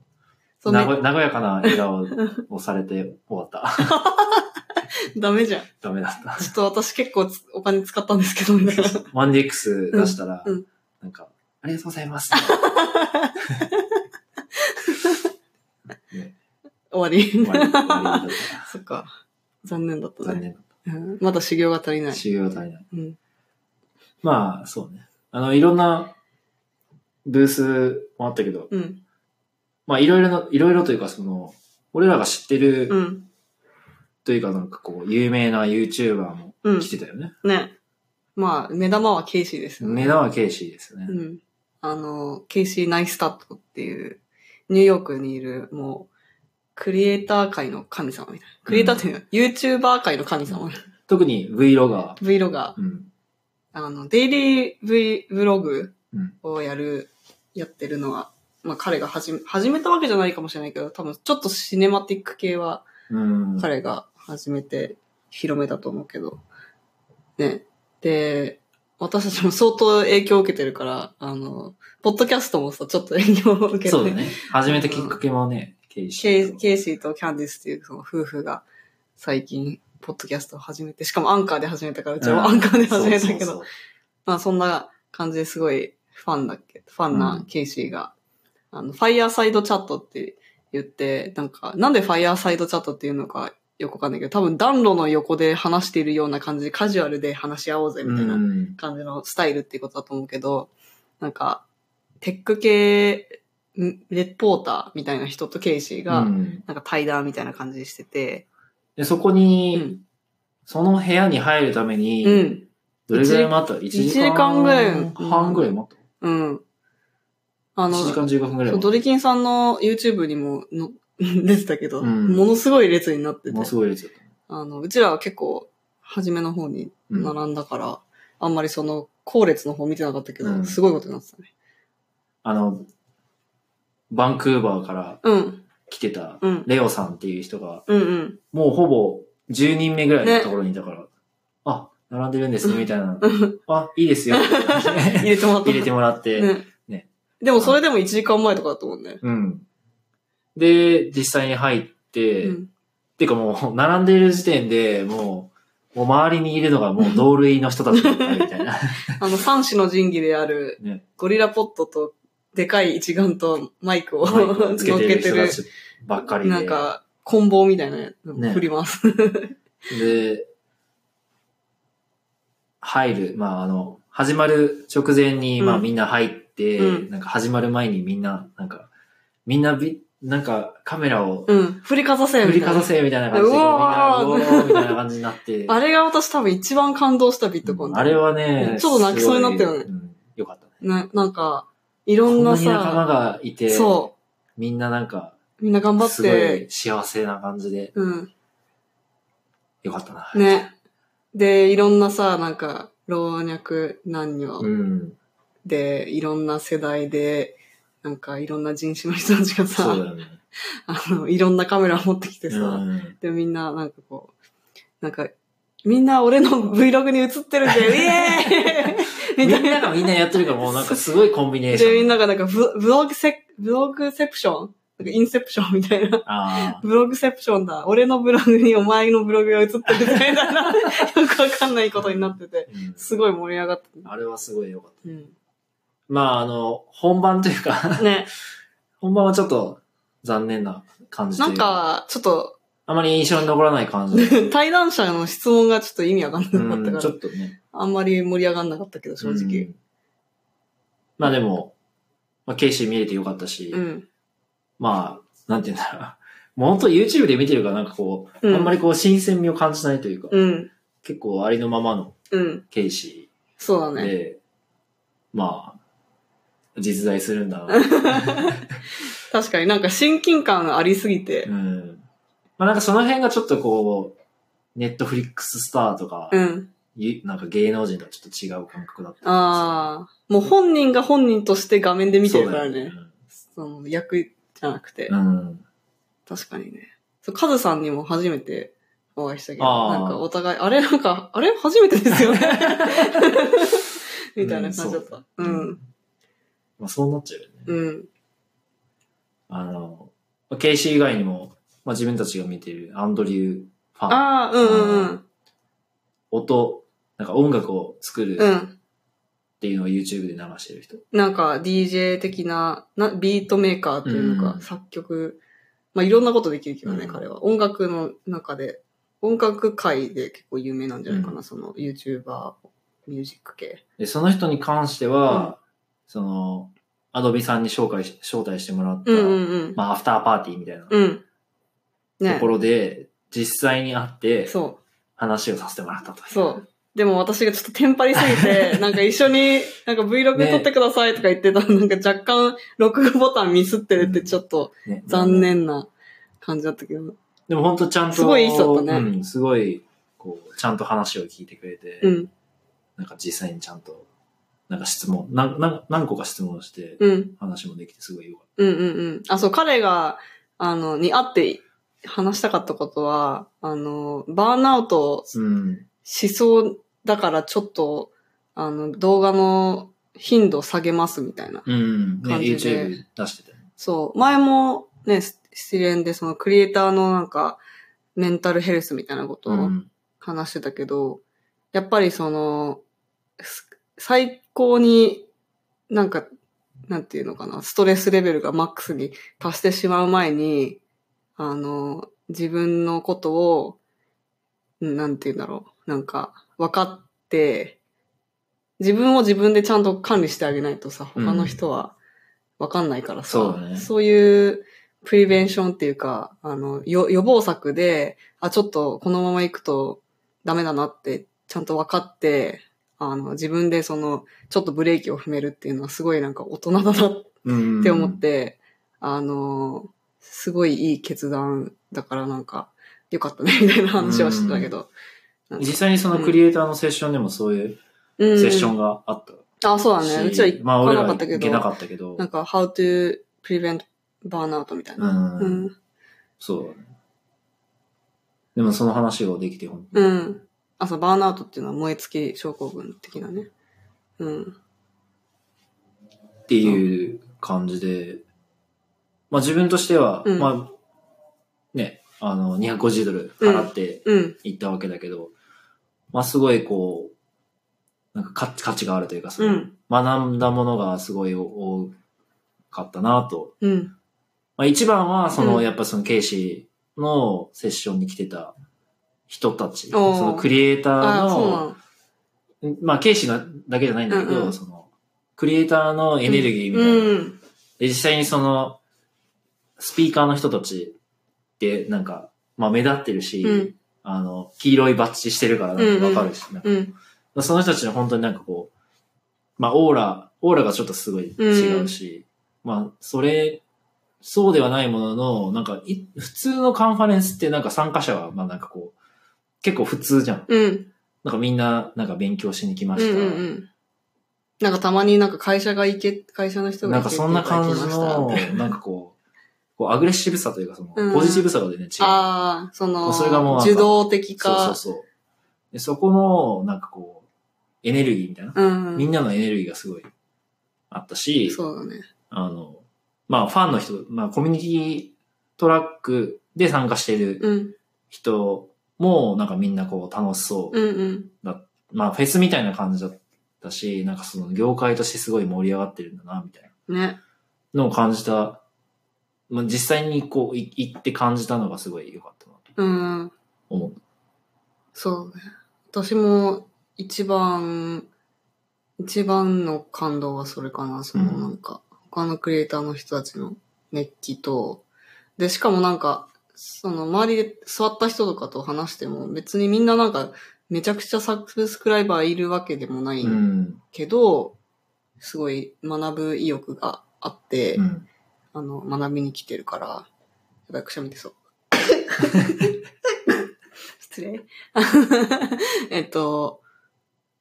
Speaker 1: そう
Speaker 2: な
Speaker 1: ね、
Speaker 2: ご和やかな笑顔をされて終 わった。
Speaker 1: ダメじゃん。
Speaker 2: ダメだった。
Speaker 1: ちょっと私結構つお金使ったんです けど、みたいな。
Speaker 2: 1DX 出したら、
Speaker 1: うんうん
Speaker 2: なんか、ありがとうございます。
Speaker 1: 終わり。
Speaker 2: ね、終わり終わりだった
Speaker 1: そっか。残念だった
Speaker 2: 残
Speaker 1: ね。
Speaker 2: 念。
Speaker 1: うんまだ修行が足りない。
Speaker 2: 修行足りない。
Speaker 1: うん。
Speaker 2: まあ、そうね。あの、いろんなブースもあったけど、
Speaker 1: うん。
Speaker 2: まあいろいろの、いろいろというかその、俺らが知って
Speaker 1: う
Speaker 2: る
Speaker 1: ん。
Speaker 2: というかなんかこう、有名な YouTuber も
Speaker 1: うん
Speaker 2: 来。てたよね。
Speaker 1: ね。まあ、目玉はケイシーですよね。
Speaker 2: 目玉はケイシーですね。
Speaker 1: うん。あの、ケイシー・ナイスタットっていう、ニューヨークにいる、もう、クリエイター界の神様みたいな。クリエイターっていうのは、YouTuber 界の神様。
Speaker 2: 特に Vlogger。
Speaker 1: Vlogger。
Speaker 2: うん。
Speaker 1: あの、デイリー V ブログ
Speaker 2: うん。
Speaker 1: をやる、やってるのは、まあ彼が始め、始めたわけじゃないかもしれないけど、多分ちょっとシネマティック系は
Speaker 2: うん。
Speaker 1: 彼が始めて広めたと思うけど、ね。で、私たちも相当影響を受けてるから、あの、ポッドキャストもさ、ちょっと影響を受けて、
Speaker 2: そうだね。始めたきっかけもね、ケイシ
Speaker 1: ケ
Speaker 2: ー
Speaker 1: イ。ケイシーとキャンディスっていうその夫婦が最近、ポッドキャストを始めて、しかもアンカーで始めたから、うちもアンカーで始めたけど、
Speaker 2: そうそう
Speaker 1: まあそんな感じですごいファンだっけ、ファンなケイシーが、あの、ファイヤーサイドチャットって言って、なんか、なんでファイヤーサイドチャットっていうのかよくわかんないけど、多分暖炉の横で話しているような感じでカジュアルで話し合おうぜ
Speaker 2: そう
Speaker 1: みたいな
Speaker 2: うん。
Speaker 1: 感じのスタイルっていうことだと思うけど、なんか、テック系、んレポーターみたいな人とケイシーが、
Speaker 2: うん
Speaker 1: なんか対談みたいな感じしてて、
Speaker 2: で、そこ
Speaker 1: う
Speaker 2: に、
Speaker 1: ん。
Speaker 2: その部屋に入るため
Speaker 1: う
Speaker 2: に、
Speaker 1: ん。
Speaker 2: どれぐらい待った ?1
Speaker 1: 一時間ぐらい
Speaker 2: 半ぐらい待っ
Speaker 1: うん。あ
Speaker 2: た
Speaker 1: の、
Speaker 2: ?1 時間15分ぐらい
Speaker 1: そう
Speaker 2: 待
Speaker 1: ド
Speaker 2: っ
Speaker 1: リキンさんの YouTube にもの 出てたけど、
Speaker 2: うん
Speaker 1: ものすごい列になって
Speaker 2: た。
Speaker 1: て
Speaker 2: もうすごい列だった。
Speaker 1: あの、うちらは結構初めの方に
Speaker 2: うん
Speaker 1: 並んだから、あんまりその後列の方見てなかったけど、
Speaker 2: うん
Speaker 1: すごいことになってたね。
Speaker 2: あの、バンクーバーから
Speaker 1: うん、
Speaker 2: 来てた
Speaker 1: うん、
Speaker 2: レオさんっていう人が、
Speaker 1: うん、うん。
Speaker 2: もうほぼ10人目ぐらいのところにいたから、あ、並んでるんですね、みたいな。 あ、いいですよ、みたいな感じで
Speaker 1: 入れてもらった。
Speaker 2: 入れてもらって、
Speaker 1: ね
Speaker 2: ね
Speaker 1: でもそれでも1時間前とかだと思うね。
Speaker 2: うん。で、実際に入って、
Speaker 1: うん
Speaker 2: てかもう、並んでいる時点でもう、もう周りにいるのがもう同類の人たちだったみ たいな。
Speaker 1: あの、三種の神器である
Speaker 2: ね、
Speaker 1: ゴリラポットと、でかい一眼とマイクを
Speaker 2: マイク
Speaker 1: 乗
Speaker 2: を
Speaker 1: っ
Speaker 2: つけてる
Speaker 1: けて
Speaker 2: 人た
Speaker 1: る、
Speaker 2: ちばっかりで。
Speaker 1: なんか、棍棒みたいなの
Speaker 2: ね
Speaker 1: 振ります。
Speaker 2: で、入る、まああの、始まる直前に、
Speaker 1: うん
Speaker 2: まあみんな入って、
Speaker 1: うん
Speaker 2: なんか始まる前にみんな、なんか、みんなびなんかカメラを
Speaker 1: うん。振りかざせ
Speaker 2: 振
Speaker 1: みたい
Speaker 2: り
Speaker 1: な。
Speaker 2: かざせみたいな感
Speaker 1: う
Speaker 2: じで、みんな、
Speaker 1: わ
Speaker 2: う
Speaker 1: ー
Speaker 2: おーみたいな感じになって。
Speaker 1: あれが私多分一番感動したビットコイン。
Speaker 2: あれはね、
Speaker 1: ちょっと泣きそうになったよね
Speaker 2: すごいうんよかったね。
Speaker 1: な、なんか、いろ
Speaker 2: こ
Speaker 1: ん
Speaker 2: んな
Speaker 1: な
Speaker 2: に仲間
Speaker 1: さ、
Speaker 2: がいて、
Speaker 1: そ
Speaker 2: みんななんか、
Speaker 1: みんな頑張っ
Speaker 2: すごい
Speaker 1: て、
Speaker 2: 幸せな感じで、
Speaker 1: うん。
Speaker 2: よかったな。
Speaker 1: ね。で、いろんなさ、なんか、老若男女
Speaker 2: うん。
Speaker 1: で、いろんな世代で、なんかいろんな人種の人たちが
Speaker 2: そうだ
Speaker 1: さ、
Speaker 2: よね。
Speaker 1: あの、いろんなカメラを持ってきて
Speaker 2: う
Speaker 1: さ、
Speaker 2: ん。
Speaker 1: で、みんな、なんかこう、なんか、みんな俺の Vlog に映って るんで、イエーイ
Speaker 2: み
Speaker 1: みたい
Speaker 2: んな
Speaker 1: な。
Speaker 2: がみんなやってるから、もうなんかすごいコンビネーション。
Speaker 1: で、みんながなんかブ、ブログセ、ブログセプションなんかインセプションみたいな。
Speaker 2: ああ。
Speaker 1: ブログセプションだ。俺のブログにお前のブログが映ってるみたいな、 よくわかんないことになってて、
Speaker 2: うん
Speaker 1: すごい盛り上がってた。
Speaker 2: あれはすごいよかった。
Speaker 1: うん。
Speaker 2: まあ、あの、本番というか、
Speaker 1: ね。
Speaker 2: 本番はちょっと残念な感じで。
Speaker 1: なん、か、ちょっと、
Speaker 2: あまり印象に残らない感じで。
Speaker 1: 対談者の質問がちょっと意味わかんな
Speaker 2: う
Speaker 1: かった
Speaker 2: ん、
Speaker 1: か
Speaker 2: ちょ
Speaker 1: ら、
Speaker 2: っとね。
Speaker 1: あんまり盛り上がんなかったけど、正
Speaker 2: う
Speaker 1: 直。
Speaker 2: んまあでも、まあ、ケイシー見れてよかったし、
Speaker 1: うん。
Speaker 2: まあ、なんて言うんだろう。 もう本当 YouTube で見てるからなんかこう、
Speaker 1: うん
Speaker 2: あんまりこう新鮮味を感じないというか、
Speaker 1: うん。
Speaker 2: 結構ありのままの
Speaker 1: うん。
Speaker 2: ケイシ
Speaker 1: そうだ
Speaker 2: ー
Speaker 1: ね。
Speaker 2: で、まあ、実在するん だな。
Speaker 1: 確かになんか親近感ありすぎて
Speaker 2: う。ん。まあなんかその辺がちょっとこう、ネットフリックススターとか、
Speaker 1: うん。
Speaker 2: ゆなんか芸能人とはちょっと違う感覚だった。
Speaker 1: ああ。もう本人が本人として画面で見てるから
Speaker 2: そうだ
Speaker 1: ね。
Speaker 2: よ
Speaker 1: その役じゃなくて。
Speaker 2: うん。
Speaker 1: 確かにね。そう、カズさんにも初めてお会いしたけど、
Speaker 2: あー
Speaker 1: なんかお互い、あれなんか、あれ初めてですよ ね。みたいな感じだった。う
Speaker 2: うん
Speaker 1: ん。
Speaker 2: まあそうなっちゃうよね。
Speaker 1: うん。
Speaker 2: あの、まあケイシー以外にも、まあ自分たちが見てるアンドリューファン、
Speaker 1: ああ、うんうんうん。
Speaker 2: 音、なんか音楽を作る
Speaker 1: う
Speaker 2: っ
Speaker 1: ん。
Speaker 2: ていうのを YouTube で流してる人。
Speaker 1: なんか DJ 的な、な、ビートメーカーというか、
Speaker 2: うん
Speaker 1: 作曲、まあいろんなことできるけどね、
Speaker 2: うん
Speaker 1: 彼は。音楽の中で、音楽界で結構有名なんじゃないかな、
Speaker 2: う
Speaker 1: その YouTuber、ミュージック系。
Speaker 2: で、その人に関しては、
Speaker 1: うん
Speaker 2: その、アドビさんに紹介し、招待してもらった、
Speaker 1: うんうんうん。
Speaker 2: まあアフターパーティーみたいなと
Speaker 1: うん。ね
Speaker 2: ころで、実際に会って、
Speaker 1: そう。
Speaker 2: 話をさせてもらったと。
Speaker 1: そう。でも私がちょっとテンパりすぎて、なんか一緒に、なんか Vlog 撮ってくださいとか言ってたら、なんか若干録画ボタンミスってるってちょっと
Speaker 2: ね
Speaker 1: 残。念な感じだったけど。
Speaker 2: でも本当ちゃんと、
Speaker 1: すごいいい人だったね
Speaker 2: うん、すごい、こう、ちゃんと話を聞いてくれて、
Speaker 1: うん、
Speaker 2: なんか実際にちゃんと、なんか質問、なんなん何個か質問して、
Speaker 1: うん、
Speaker 2: 話もできてすごいよかっ
Speaker 1: うん、うん、うん。あ、そう、彼が、あの、に会って話したかったことは、あの、バーンアウト
Speaker 2: た。うん。
Speaker 1: しそうだからちょっと、あの、動画の頻度下げますみたいな。
Speaker 2: うん。ね、
Speaker 1: 感じで
Speaker 2: YouTube 出してたよね。
Speaker 1: そう。前もね、し失恋でそのクリエイターのなんか、メンタルヘルスみたいなこと
Speaker 2: う
Speaker 1: を
Speaker 2: ん。
Speaker 1: 話してたけど、やっぱりその、す最高になんか、なんていうのかな、ストレスレベルがマックスに達してしまう前に、あの、自分のことを、うんなんていうんだろう、なんか、分かって、自分を自分でちゃんと管理してあげないとさ、
Speaker 2: うん
Speaker 1: 他の人は分かんないからさ、
Speaker 2: そうだね
Speaker 1: そういうプリベンションっていうか、あの、よ予防策で、あ、ちょっとこのまま行くとダメだなって、ちゃんと分かって、あの、自分でその、ちょっとブレーキを踏めるっていうのはすごいなんか大人だなって
Speaker 2: うん
Speaker 1: って思っ。て、あのーすごいいい決断だからなんか、よかったね、 みたいな話はしてたけど。
Speaker 2: 実際にそのクリエイターのセッションでもそういう
Speaker 1: セ
Speaker 2: セッションがあったし、
Speaker 1: あ、そうだね。うちは行
Speaker 2: まあ
Speaker 1: か
Speaker 2: 俺
Speaker 1: な
Speaker 2: ら
Speaker 1: か
Speaker 2: は
Speaker 1: った
Speaker 2: 行
Speaker 1: け
Speaker 2: けなか
Speaker 1: ど、
Speaker 2: ったけど、
Speaker 1: なんか、how to prevent burnout みたいうな。
Speaker 2: ん。
Speaker 1: うん。
Speaker 2: そうだね。でもその話をできて本当
Speaker 1: う
Speaker 2: に、
Speaker 1: ん。あ、そう、バーナウトっていうのは燃え尽き症候群的なね。うん。
Speaker 2: っていう感じで、まあ自分としては、
Speaker 1: うん
Speaker 2: まあ、ね、あの、250ドル払って、
Speaker 1: うん。
Speaker 2: 行ったわけだけど、まあすごいこう、なんか価値価値があるというか、そうの
Speaker 1: ん。
Speaker 2: 学んだものがすごい多かったなと。
Speaker 1: うん。
Speaker 2: まあ一番は、その、
Speaker 1: うん
Speaker 2: やっぱそのケイシーのセッションに来てた人たち、そ
Speaker 1: おー
Speaker 2: のクリエイター
Speaker 1: あ、そうな
Speaker 2: の、
Speaker 1: の。
Speaker 2: まあケイシーなだけじゃないんだけど、
Speaker 1: うんうん
Speaker 2: その、クリエイターのエネルギーみたいな、
Speaker 1: うん。
Speaker 2: で実際にその、スピーカーの人たちって、なんか、まあ目立ってるし、
Speaker 1: うん。
Speaker 2: あの、黄色いバッジしてるからなんかわかるし、なんか
Speaker 1: うん。
Speaker 2: その人たちの本当になんかこう、まあオーラ、オーラがちょっとすごい違うし、まあそれ、そうではないものの、なんかい、普通のカンファレンスってなんか参加者は、まあなんかこう、結構普通じゃん。
Speaker 1: うん。
Speaker 2: なんかみんな、なんか勉強しに来ま
Speaker 1: うん。う
Speaker 2: した。
Speaker 1: ん。なんかたまになんか会社が行け、会社の人が
Speaker 2: なん
Speaker 1: 行け
Speaker 2: か
Speaker 1: って
Speaker 2: そんな感じ
Speaker 1: 言うから行
Speaker 2: の
Speaker 1: きましたみたい、な
Speaker 2: なんかこう、こうアグレッシブさというかその、
Speaker 1: うん
Speaker 2: ポジティブさがね、違う。
Speaker 1: ああ、そ
Speaker 2: も
Speaker 1: の、
Speaker 2: うそれがもうなんか
Speaker 1: 受動的
Speaker 2: そうそ
Speaker 1: か
Speaker 2: う。そう。でそこの、なんかこう、エネルギーみたいな。
Speaker 1: うん。
Speaker 2: みんなのエネルギーがすごいあったし、
Speaker 1: そうだね。
Speaker 2: あの、まあファンの人、まあコミュニティトラックで参加してる
Speaker 1: うん。
Speaker 2: 人も、なんかみんなこう楽しそう。
Speaker 1: うんうん。
Speaker 2: まあフェスみたいな感じだったし、なんかその業界としてすごい盛り上がってるんだな、みたい
Speaker 1: ね。
Speaker 2: なのを感じた。まあ実際にこうい行って感じたのがすごい良かったなと
Speaker 1: うん。
Speaker 2: 思う。
Speaker 1: そうね。私も一番、一番の感動はそれかな。その
Speaker 2: うん
Speaker 1: なんか、他のクリエイターの人たちの熱気と、で、しかもなんか、その周りで座った人とかと話しても、別にみんななんか、めちゃくちゃサブスクライバーいるわけでもない
Speaker 2: うん。
Speaker 1: けど、すごい学ぶ意欲があって、
Speaker 2: うん。
Speaker 1: あの、学びに来てるから、やばい、くしゃみ出 そう。失礼。 えっと、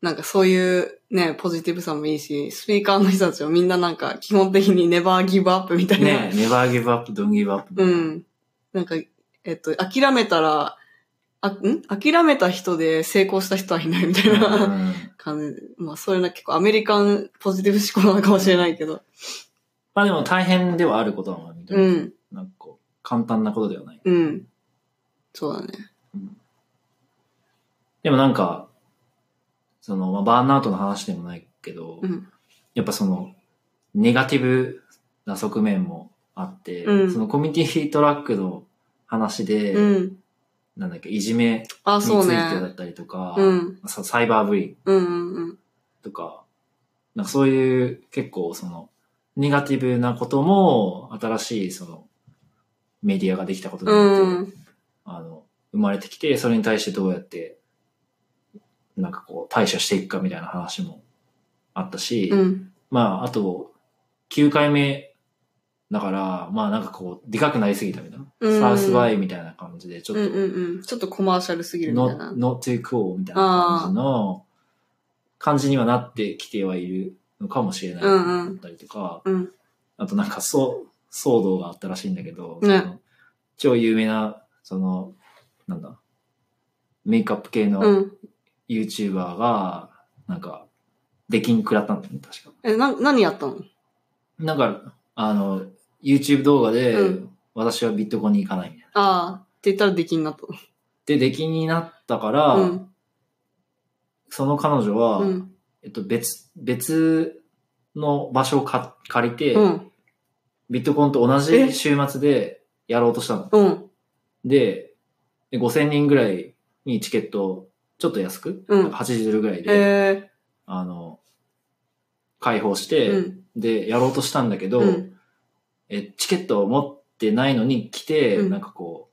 Speaker 1: なんかそういうね、ポジティブさもいいし、スピーカーの人たちはみんななんか基本的にネバーギブアップみたいな。
Speaker 2: ねえ、never give up, don't give up.
Speaker 1: うん。なんか、えっと、諦めたら、あ、ん諦めた人で成功した人はいないみた
Speaker 2: う
Speaker 1: いな。
Speaker 2: ん
Speaker 1: 感じ。まあ、それな結構アメリカンポジティブ思考なのかもしれないけど。
Speaker 2: まあでも大変ではあることは認めて
Speaker 1: う
Speaker 2: る
Speaker 1: ん。
Speaker 2: なんかこう、簡単なことではない。
Speaker 1: うん。そうだね。
Speaker 2: でもなんか、その、まあ、バーンアウトの話でもないけど、
Speaker 1: うん
Speaker 2: やっぱその、ネガティブな側面もあって、
Speaker 1: うん
Speaker 2: そのコミュニティトラックの話で、
Speaker 1: うん。
Speaker 2: なんだっけ、いじめにつ
Speaker 1: あ、そう
Speaker 2: いて
Speaker 1: ね。
Speaker 2: だったりとか、
Speaker 1: うん。
Speaker 2: さサイバーブリー
Speaker 1: う
Speaker 2: ン
Speaker 1: んうんうん。
Speaker 2: とか、なんかそういう結構その、ネガティブなことも、新しいその、メディアができたことに
Speaker 1: う
Speaker 2: よって、
Speaker 1: ん。
Speaker 2: あの、生まれてきて、それに対してどうやって、なんかこう、対処していくかみたいな話もあったし、
Speaker 1: うん。
Speaker 2: まあ、あと、9回目だから、まあなんかこう、でかくなりすぎたみたいな。
Speaker 1: うん
Speaker 2: サウスバイみたいな感じで、ちょっ
Speaker 1: うんう
Speaker 2: と、
Speaker 1: んうん。ちょっとコマーシャルすぎるみたい
Speaker 2: not,
Speaker 1: な。
Speaker 2: not too cool みたいな感じの、感じにはなってきてはいるのかもしれない。
Speaker 1: うんうん
Speaker 2: だったりとか、
Speaker 1: うん
Speaker 2: あとなんかそう、騒動があったらしいんだけど、
Speaker 1: ね
Speaker 2: その超有名な、その、なんだ、メイクアップ系
Speaker 1: う
Speaker 2: の
Speaker 1: ん。
Speaker 2: YouTuber が、なんか、出禁食らったんだよね、確か。
Speaker 1: え、な、何やったの
Speaker 2: なんか、あの、YouTube 動画で、
Speaker 1: うん
Speaker 2: 私はビットコインに行かないみたいな。
Speaker 1: ああ、って言ったらできんなと。
Speaker 2: で、出禁になったから、
Speaker 1: うん。
Speaker 2: その彼女は、
Speaker 1: うん。
Speaker 2: えっと、別、別の場所をか借りて、
Speaker 1: うん。
Speaker 2: ビットコインと同
Speaker 1: え
Speaker 2: じ週末でやろうとしたの。
Speaker 1: うん。
Speaker 2: で、で5000人ぐらいにチケットをちょっと安く、
Speaker 1: うん
Speaker 2: なんか80ドルぐらいで、
Speaker 1: え
Speaker 2: あの、開放し
Speaker 1: え
Speaker 2: て、
Speaker 1: うん。
Speaker 2: で、やろうとしたんだけど、
Speaker 1: うん。
Speaker 2: え、チケットを持ってないのに来て、
Speaker 1: うん
Speaker 2: なんかこ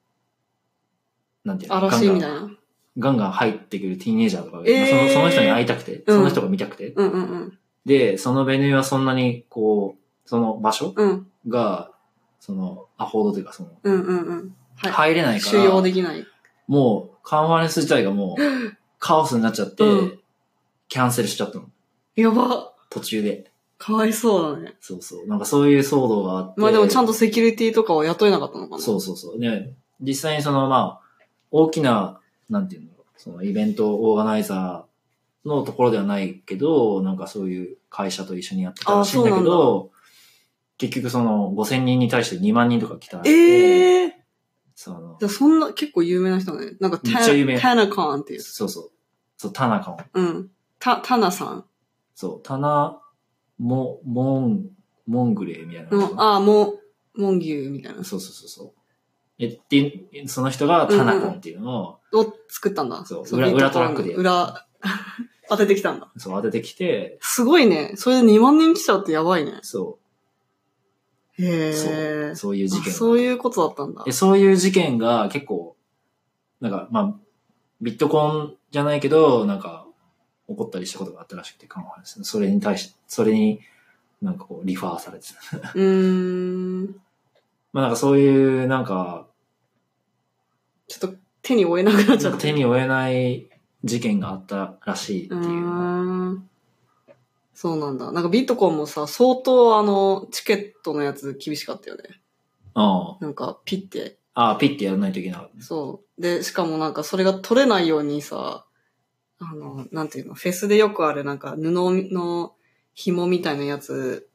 Speaker 2: う、なんていうのガン
Speaker 1: 嵐みたい
Speaker 2: ガン、
Speaker 1: な。
Speaker 2: ガンガン入ってくるティーンエイジャーとかが、
Speaker 1: えー
Speaker 2: そのその人に会いたくて、その人が見たくて、
Speaker 1: うんうんうん。
Speaker 2: で、そのベニューはそんなに、こう、その場所
Speaker 1: うん。
Speaker 2: が、その、アフォードというか、その、
Speaker 1: うんうんうん。は
Speaker 2: 入れない
Speaker 1: い。
Speaker 2: か
Speaker 1: 収容
Speaker 2: ら、
Speaker 1: できない。
Speaker 2: もう、カンファレンス自体がもう、 カオスになっちゃって、
Speaker 1: うん
Speaker 2: キャンセルしちゃったの。
Speaker 1: やば。
Speaker 2: 途中で。
Speaker 1: かわいそうだね。
Speaker 2: そうそう。なんかそういう騒動があって。
Speaker 1: まあでもちゃんとセキュリティとかは雇えなかったのかな。
Speaker 2: そうそうそう。ね、実際にその、まあ、大きな、なんていうの、そのイベントオーガナイザーのところではないけど、なんかそういう会社と一緒にやってたらしいんだ
Speaker 1: あ
Speaker 2: け
Speaker 1: そう
Speaker 2: ど、結局その5000人に対して2万人とか来たらしくて、
Speaker 1: ええ
Speaker 2: その
Speaker 1: じゃあそんな、結構有名な人ね。なんか、
Speaker 2: めっちゃ有名
Speaker 1: タナカンっていう。
Speaker 2: そうそう。そう、田中も。
Speaker 1: うん。た、タナさん
Speaker 2: そう、田中も、モン、モングレーみたいな。
Speaker 1: の、ああ、もう、モンギュみたいな。
Speaker 2: そうそうそうそう。え、で、その人がタナコンっていうのを、
Speaker 1: を作ったんだ。
Speaker 2: そう
Speaker 1: そ
Speaker 2: 裏
Speaker 1: ビーコ
Speaker 2: 裏ト
Speaker 1: ン
Speaker 2: ラックで
Speaker 1: 裏、 当ててきたんだ。
Speaker 2: そう当ててきて、
Speaker 1: すごいね。それで2万人来ちゃうってやばいね。
Speaker 2: そ
Speaker 1: へえ。
Speaker 2: そうそういう事件
Speaker 1: あそういうことだったんだ
Speaker 2: で。そういう事件が結構、なんか、まあ、ビットコンじゃないけど、なんか、起こったりしたことがあったらしくて、カンファレンスそれに対し、それに、なんかこう、リファーされてた。
Speaker 1: うーん。
Speaker 2: まあなんかそういう、なんか、
Speaker 1: ちょっと手に負えなくなっち
Speaker 2: な
Speaker 1: ゃ
Speaker 2: ん
Speaker 1: った。
Speaker 2: か手に負えない事件があったらしいっていううの。
Speaker 1: ーん。そうなんだ。なんかビットコンもさ、相当あの、チケットのやつ厳しかったよね。
Speaker 2: うん。
Speaker 1: なんかピッて。
Speaker 2: ああ、ピッてやらないといけなかった。
Speaker 1: そう。で、しかもなんかそれが取れないようにさ、あの、なんていうの、フェスでよくあるなんか布の紐みたいなやつ、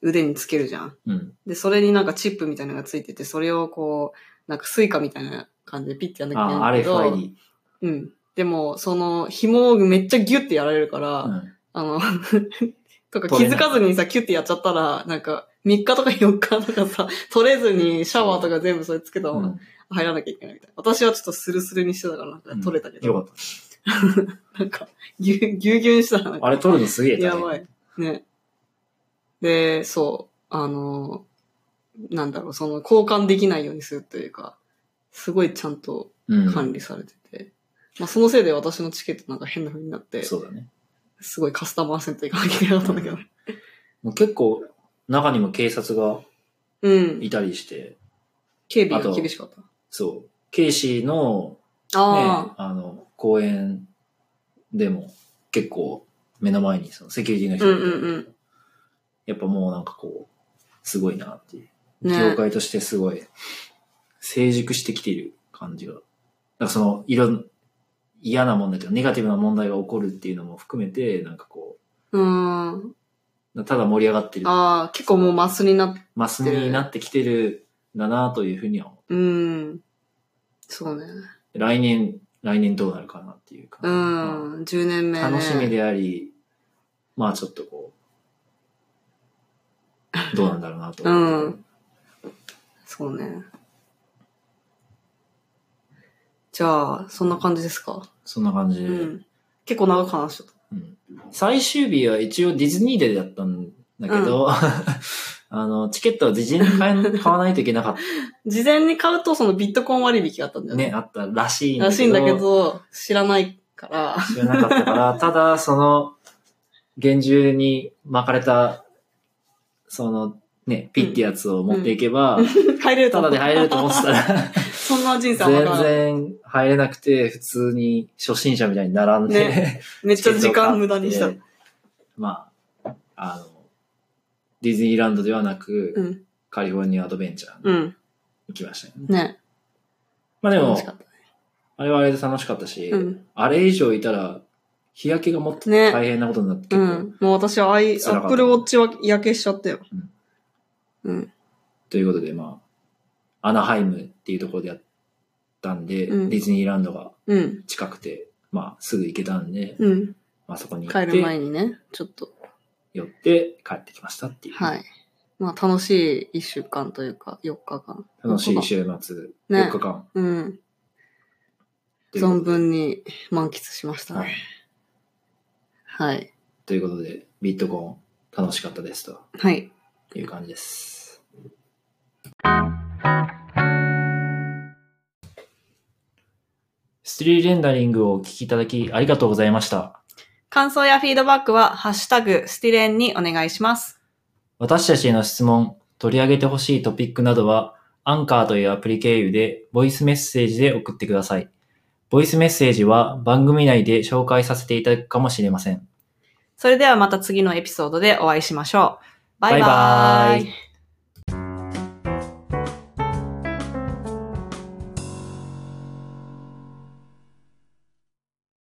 Speaker 1: 腕につけるじゃん。
Speaker 2: うん。
Speaker 1: で、それになんかチップみたいなのがついてて、それをこう、なんかスイカみたいな感じでピッてやんなきゃいけ
Speaker 2: あ
Speaker 1: な
Speaker 2: あ、
Speaker 1: いんだけど。
Speaker 2: RFID。
Speaker 1: うん。でも、その、紐をめっちゃギュッてやられるから、
Speaker 2: うん。
Speaker 1: あの、 とか
Speaker 2: 取
Speaker 1: 気
Speaker 2: れ
Speaker 1: づ
Speaker 2: ない
Speaker 1: かずにさ、キュッてやっちゃったら、なんか、3日とか4日とかさ、取れずにシャワーとか全部それつけたま
Speaker 2: う
Speaker 1: ま
Speaker 2: ん
Speaker 1: 入らなきゃいけないみたいな。私はちょっとスルスルにしてたから、なんか
Speaker 2: うん
Speaker 1: 取れたけ
Speaker 2: よ
Speaker 1: ど、
Speaker 2: かった。
Speaker 1: なんか、ぎゅうぎゅうぎゅうにしたらなんか、
Speaker 2: あれ撮るのすげえ大
Speaker 1: や
Speaker 2: 変
Speaker 1: ばい。。ね。で、そう、あの、なんだろう、その、交換できないようにするというか、すごいちゃんと
Speaker 2: うん。
Speaker 1: 管理されてて、まあそのせいで私のチケットなんか変な風になって、
Speaker 2: そうだね。
Speaker 1: すごいカスタマーセンター行かなきゃいけなかったんだけど。
Speaker 2: もう結構、中にも警察が
Speaker 1: うん。
Speaker 2: いたりして、
Speaker 1: 警備が厳しかった。
Speaker 2: そう。ケイシーの、ね、
Speaker 1: あ
Speaker 2: あの、公園でも結構目の前にそのセキュリティの
Speaker 1: あ、
Speaker 2: 人
Speaker 1: う
Speaker 2: が
Speaker 1: ん
Speaker 2: いて
Speaker 1: うんうん。
Speaker 2: やっぱもうなんかこう、すごいなっていう。
Speaker 1: ね
Speaker 2: 業界としてすごい、成熟してきている感じが。なんかその、いろん、嫌な問題とか、ネガティブな問題が起こるっていうのも含めて、なんかこ
Speaker 1: うーん。
Speaker 2: う、ただ盛り上がってる、
Speaker 1: ああ、結構もうマスになっ
Speaker 2: マスになってきてるんだなというふうには思う。
Speaker 1: うん。そうね。
Speaker 2: 来年、来年どうなるかなっていう
Speaker 1: うん。10
Speaker 2: 感
Speaker 1: 年
Speaker 2: じ。
Speaker 1: 目、ね。
Speaker 2: 楽しみ。であり、まあちょっとこう、どうなんだろうなと。
Speaker 1: うんそうね。じゃあ、そんな感じですか。
Speaker 2: そんな感じで。
Speaker 1: うん。結構長く話しちゃった。
Speaker 2: うん最終日は一応ディズニーデーだったんだけど、 あの、チケットはディズニーに買え買わないといけなかっ
Speaker 1: 事前に買うとそのビットコン割引があったんだ
Speaker 2: た
Speaker 1: よね。
Speaker 2: ね、あったらしいんだ
Speaker 1: ら
Speaker 2: けど。
Speaker 1: しいんだけど、知らないから。
Speaker 2: 知らなかったから、ただ、その、厳重に巻かれた、その、ね、ピッてやつを持っていけば、
Speaker 1: 入れると
Speaker 2: た
Speaker 1: 思
Speaker 2: だ
Speaker 1: う
Speaker 2: で入れると思ってたら、
Speaker 1: そんな人生あんまなか
Speaker 2: 全
Speaker 1: った
Speaker 2: 然入れなくて、普通に初心者みたいに並んで、
Speaker 1: ねめっちゃ時間無駄にした。
Speaker 2: まあ、あの、ディズニーランドではなく、
Speaker 1: うん。
Speaker 2: カリフォルニアアドベンチャーに
Speaker 1: うん。
Speaker 2: 行きましたよね。
Speaker 1: ね。
Speaker 2: まあで
Speaker 1: 楽
Speaker 2: も
Speaker 1: し、かった。
Speaker 2: あれはあれで楽しかったし、
Speaker 1: うん。
Speaker 2: あれ以上いたら、日焼けがもっと
Speaker 1: ね
Speaker 2: 大変なことになって、
Speaker 1: う
Speaker 2: 結構
Speaker 1: ん。もう私はアイ、ア
Speaker 2: 辛かった
Speaker 1: ップルウォッチは焼けしちゃったよ。うん。
Speaker 2: ということで、まあ、アナハイムっていうところでやったんで、
Speaker 1: うん
Speaker 2: ディズニーランドが
Speaker 1: うん。
Speaker 2: 近くて、まあ、すぐ行けたんで、
Speaker 1: うん。
Speaker 2: まあ、そこに行
Speaker 1: 帰
Speaker 2: っ
Speaker 1: る前
Speaker 2: て、
Speaker 1: にね、ちょっと。
Speaker 2: 寄って帰ってきましたっていう。
Speaker 1: はい。まあ楽しい一週間というか、4日間。
Speaker 2: 楽しい週末、4日間
Speaker 1: うん。
Speaker 2: ということ
Speaker 1: 存
Speaker 2: で。
Speaker 1: 分に満喫しました
Speaker 2: はい
Speaker 1: ね。。はい。
Speaker 2: ということで、ビットコン楽しかったですと
Speaker 1: はい。
Speaker 2: いう感じです。ストーリーレンダリングをお聞きいただきありがとうございました。
Speaker 1: 感想やフィードバックは、ハッシュタグ、スティレンにお願いします。
Speaker 2: 私たちへの質問、取り上げてほしいトピックなどは、アンカーというアプリ経由で、ボイスメッセージで送ってください。ボイスメッセージは番組内で紹介させていただくかもしれません。
Speaker 1: それではまた次のエピソードでお会いしましょう。バイバ
Speaker 2: バイバ
Speaker 1: イ
Speaker 2: イ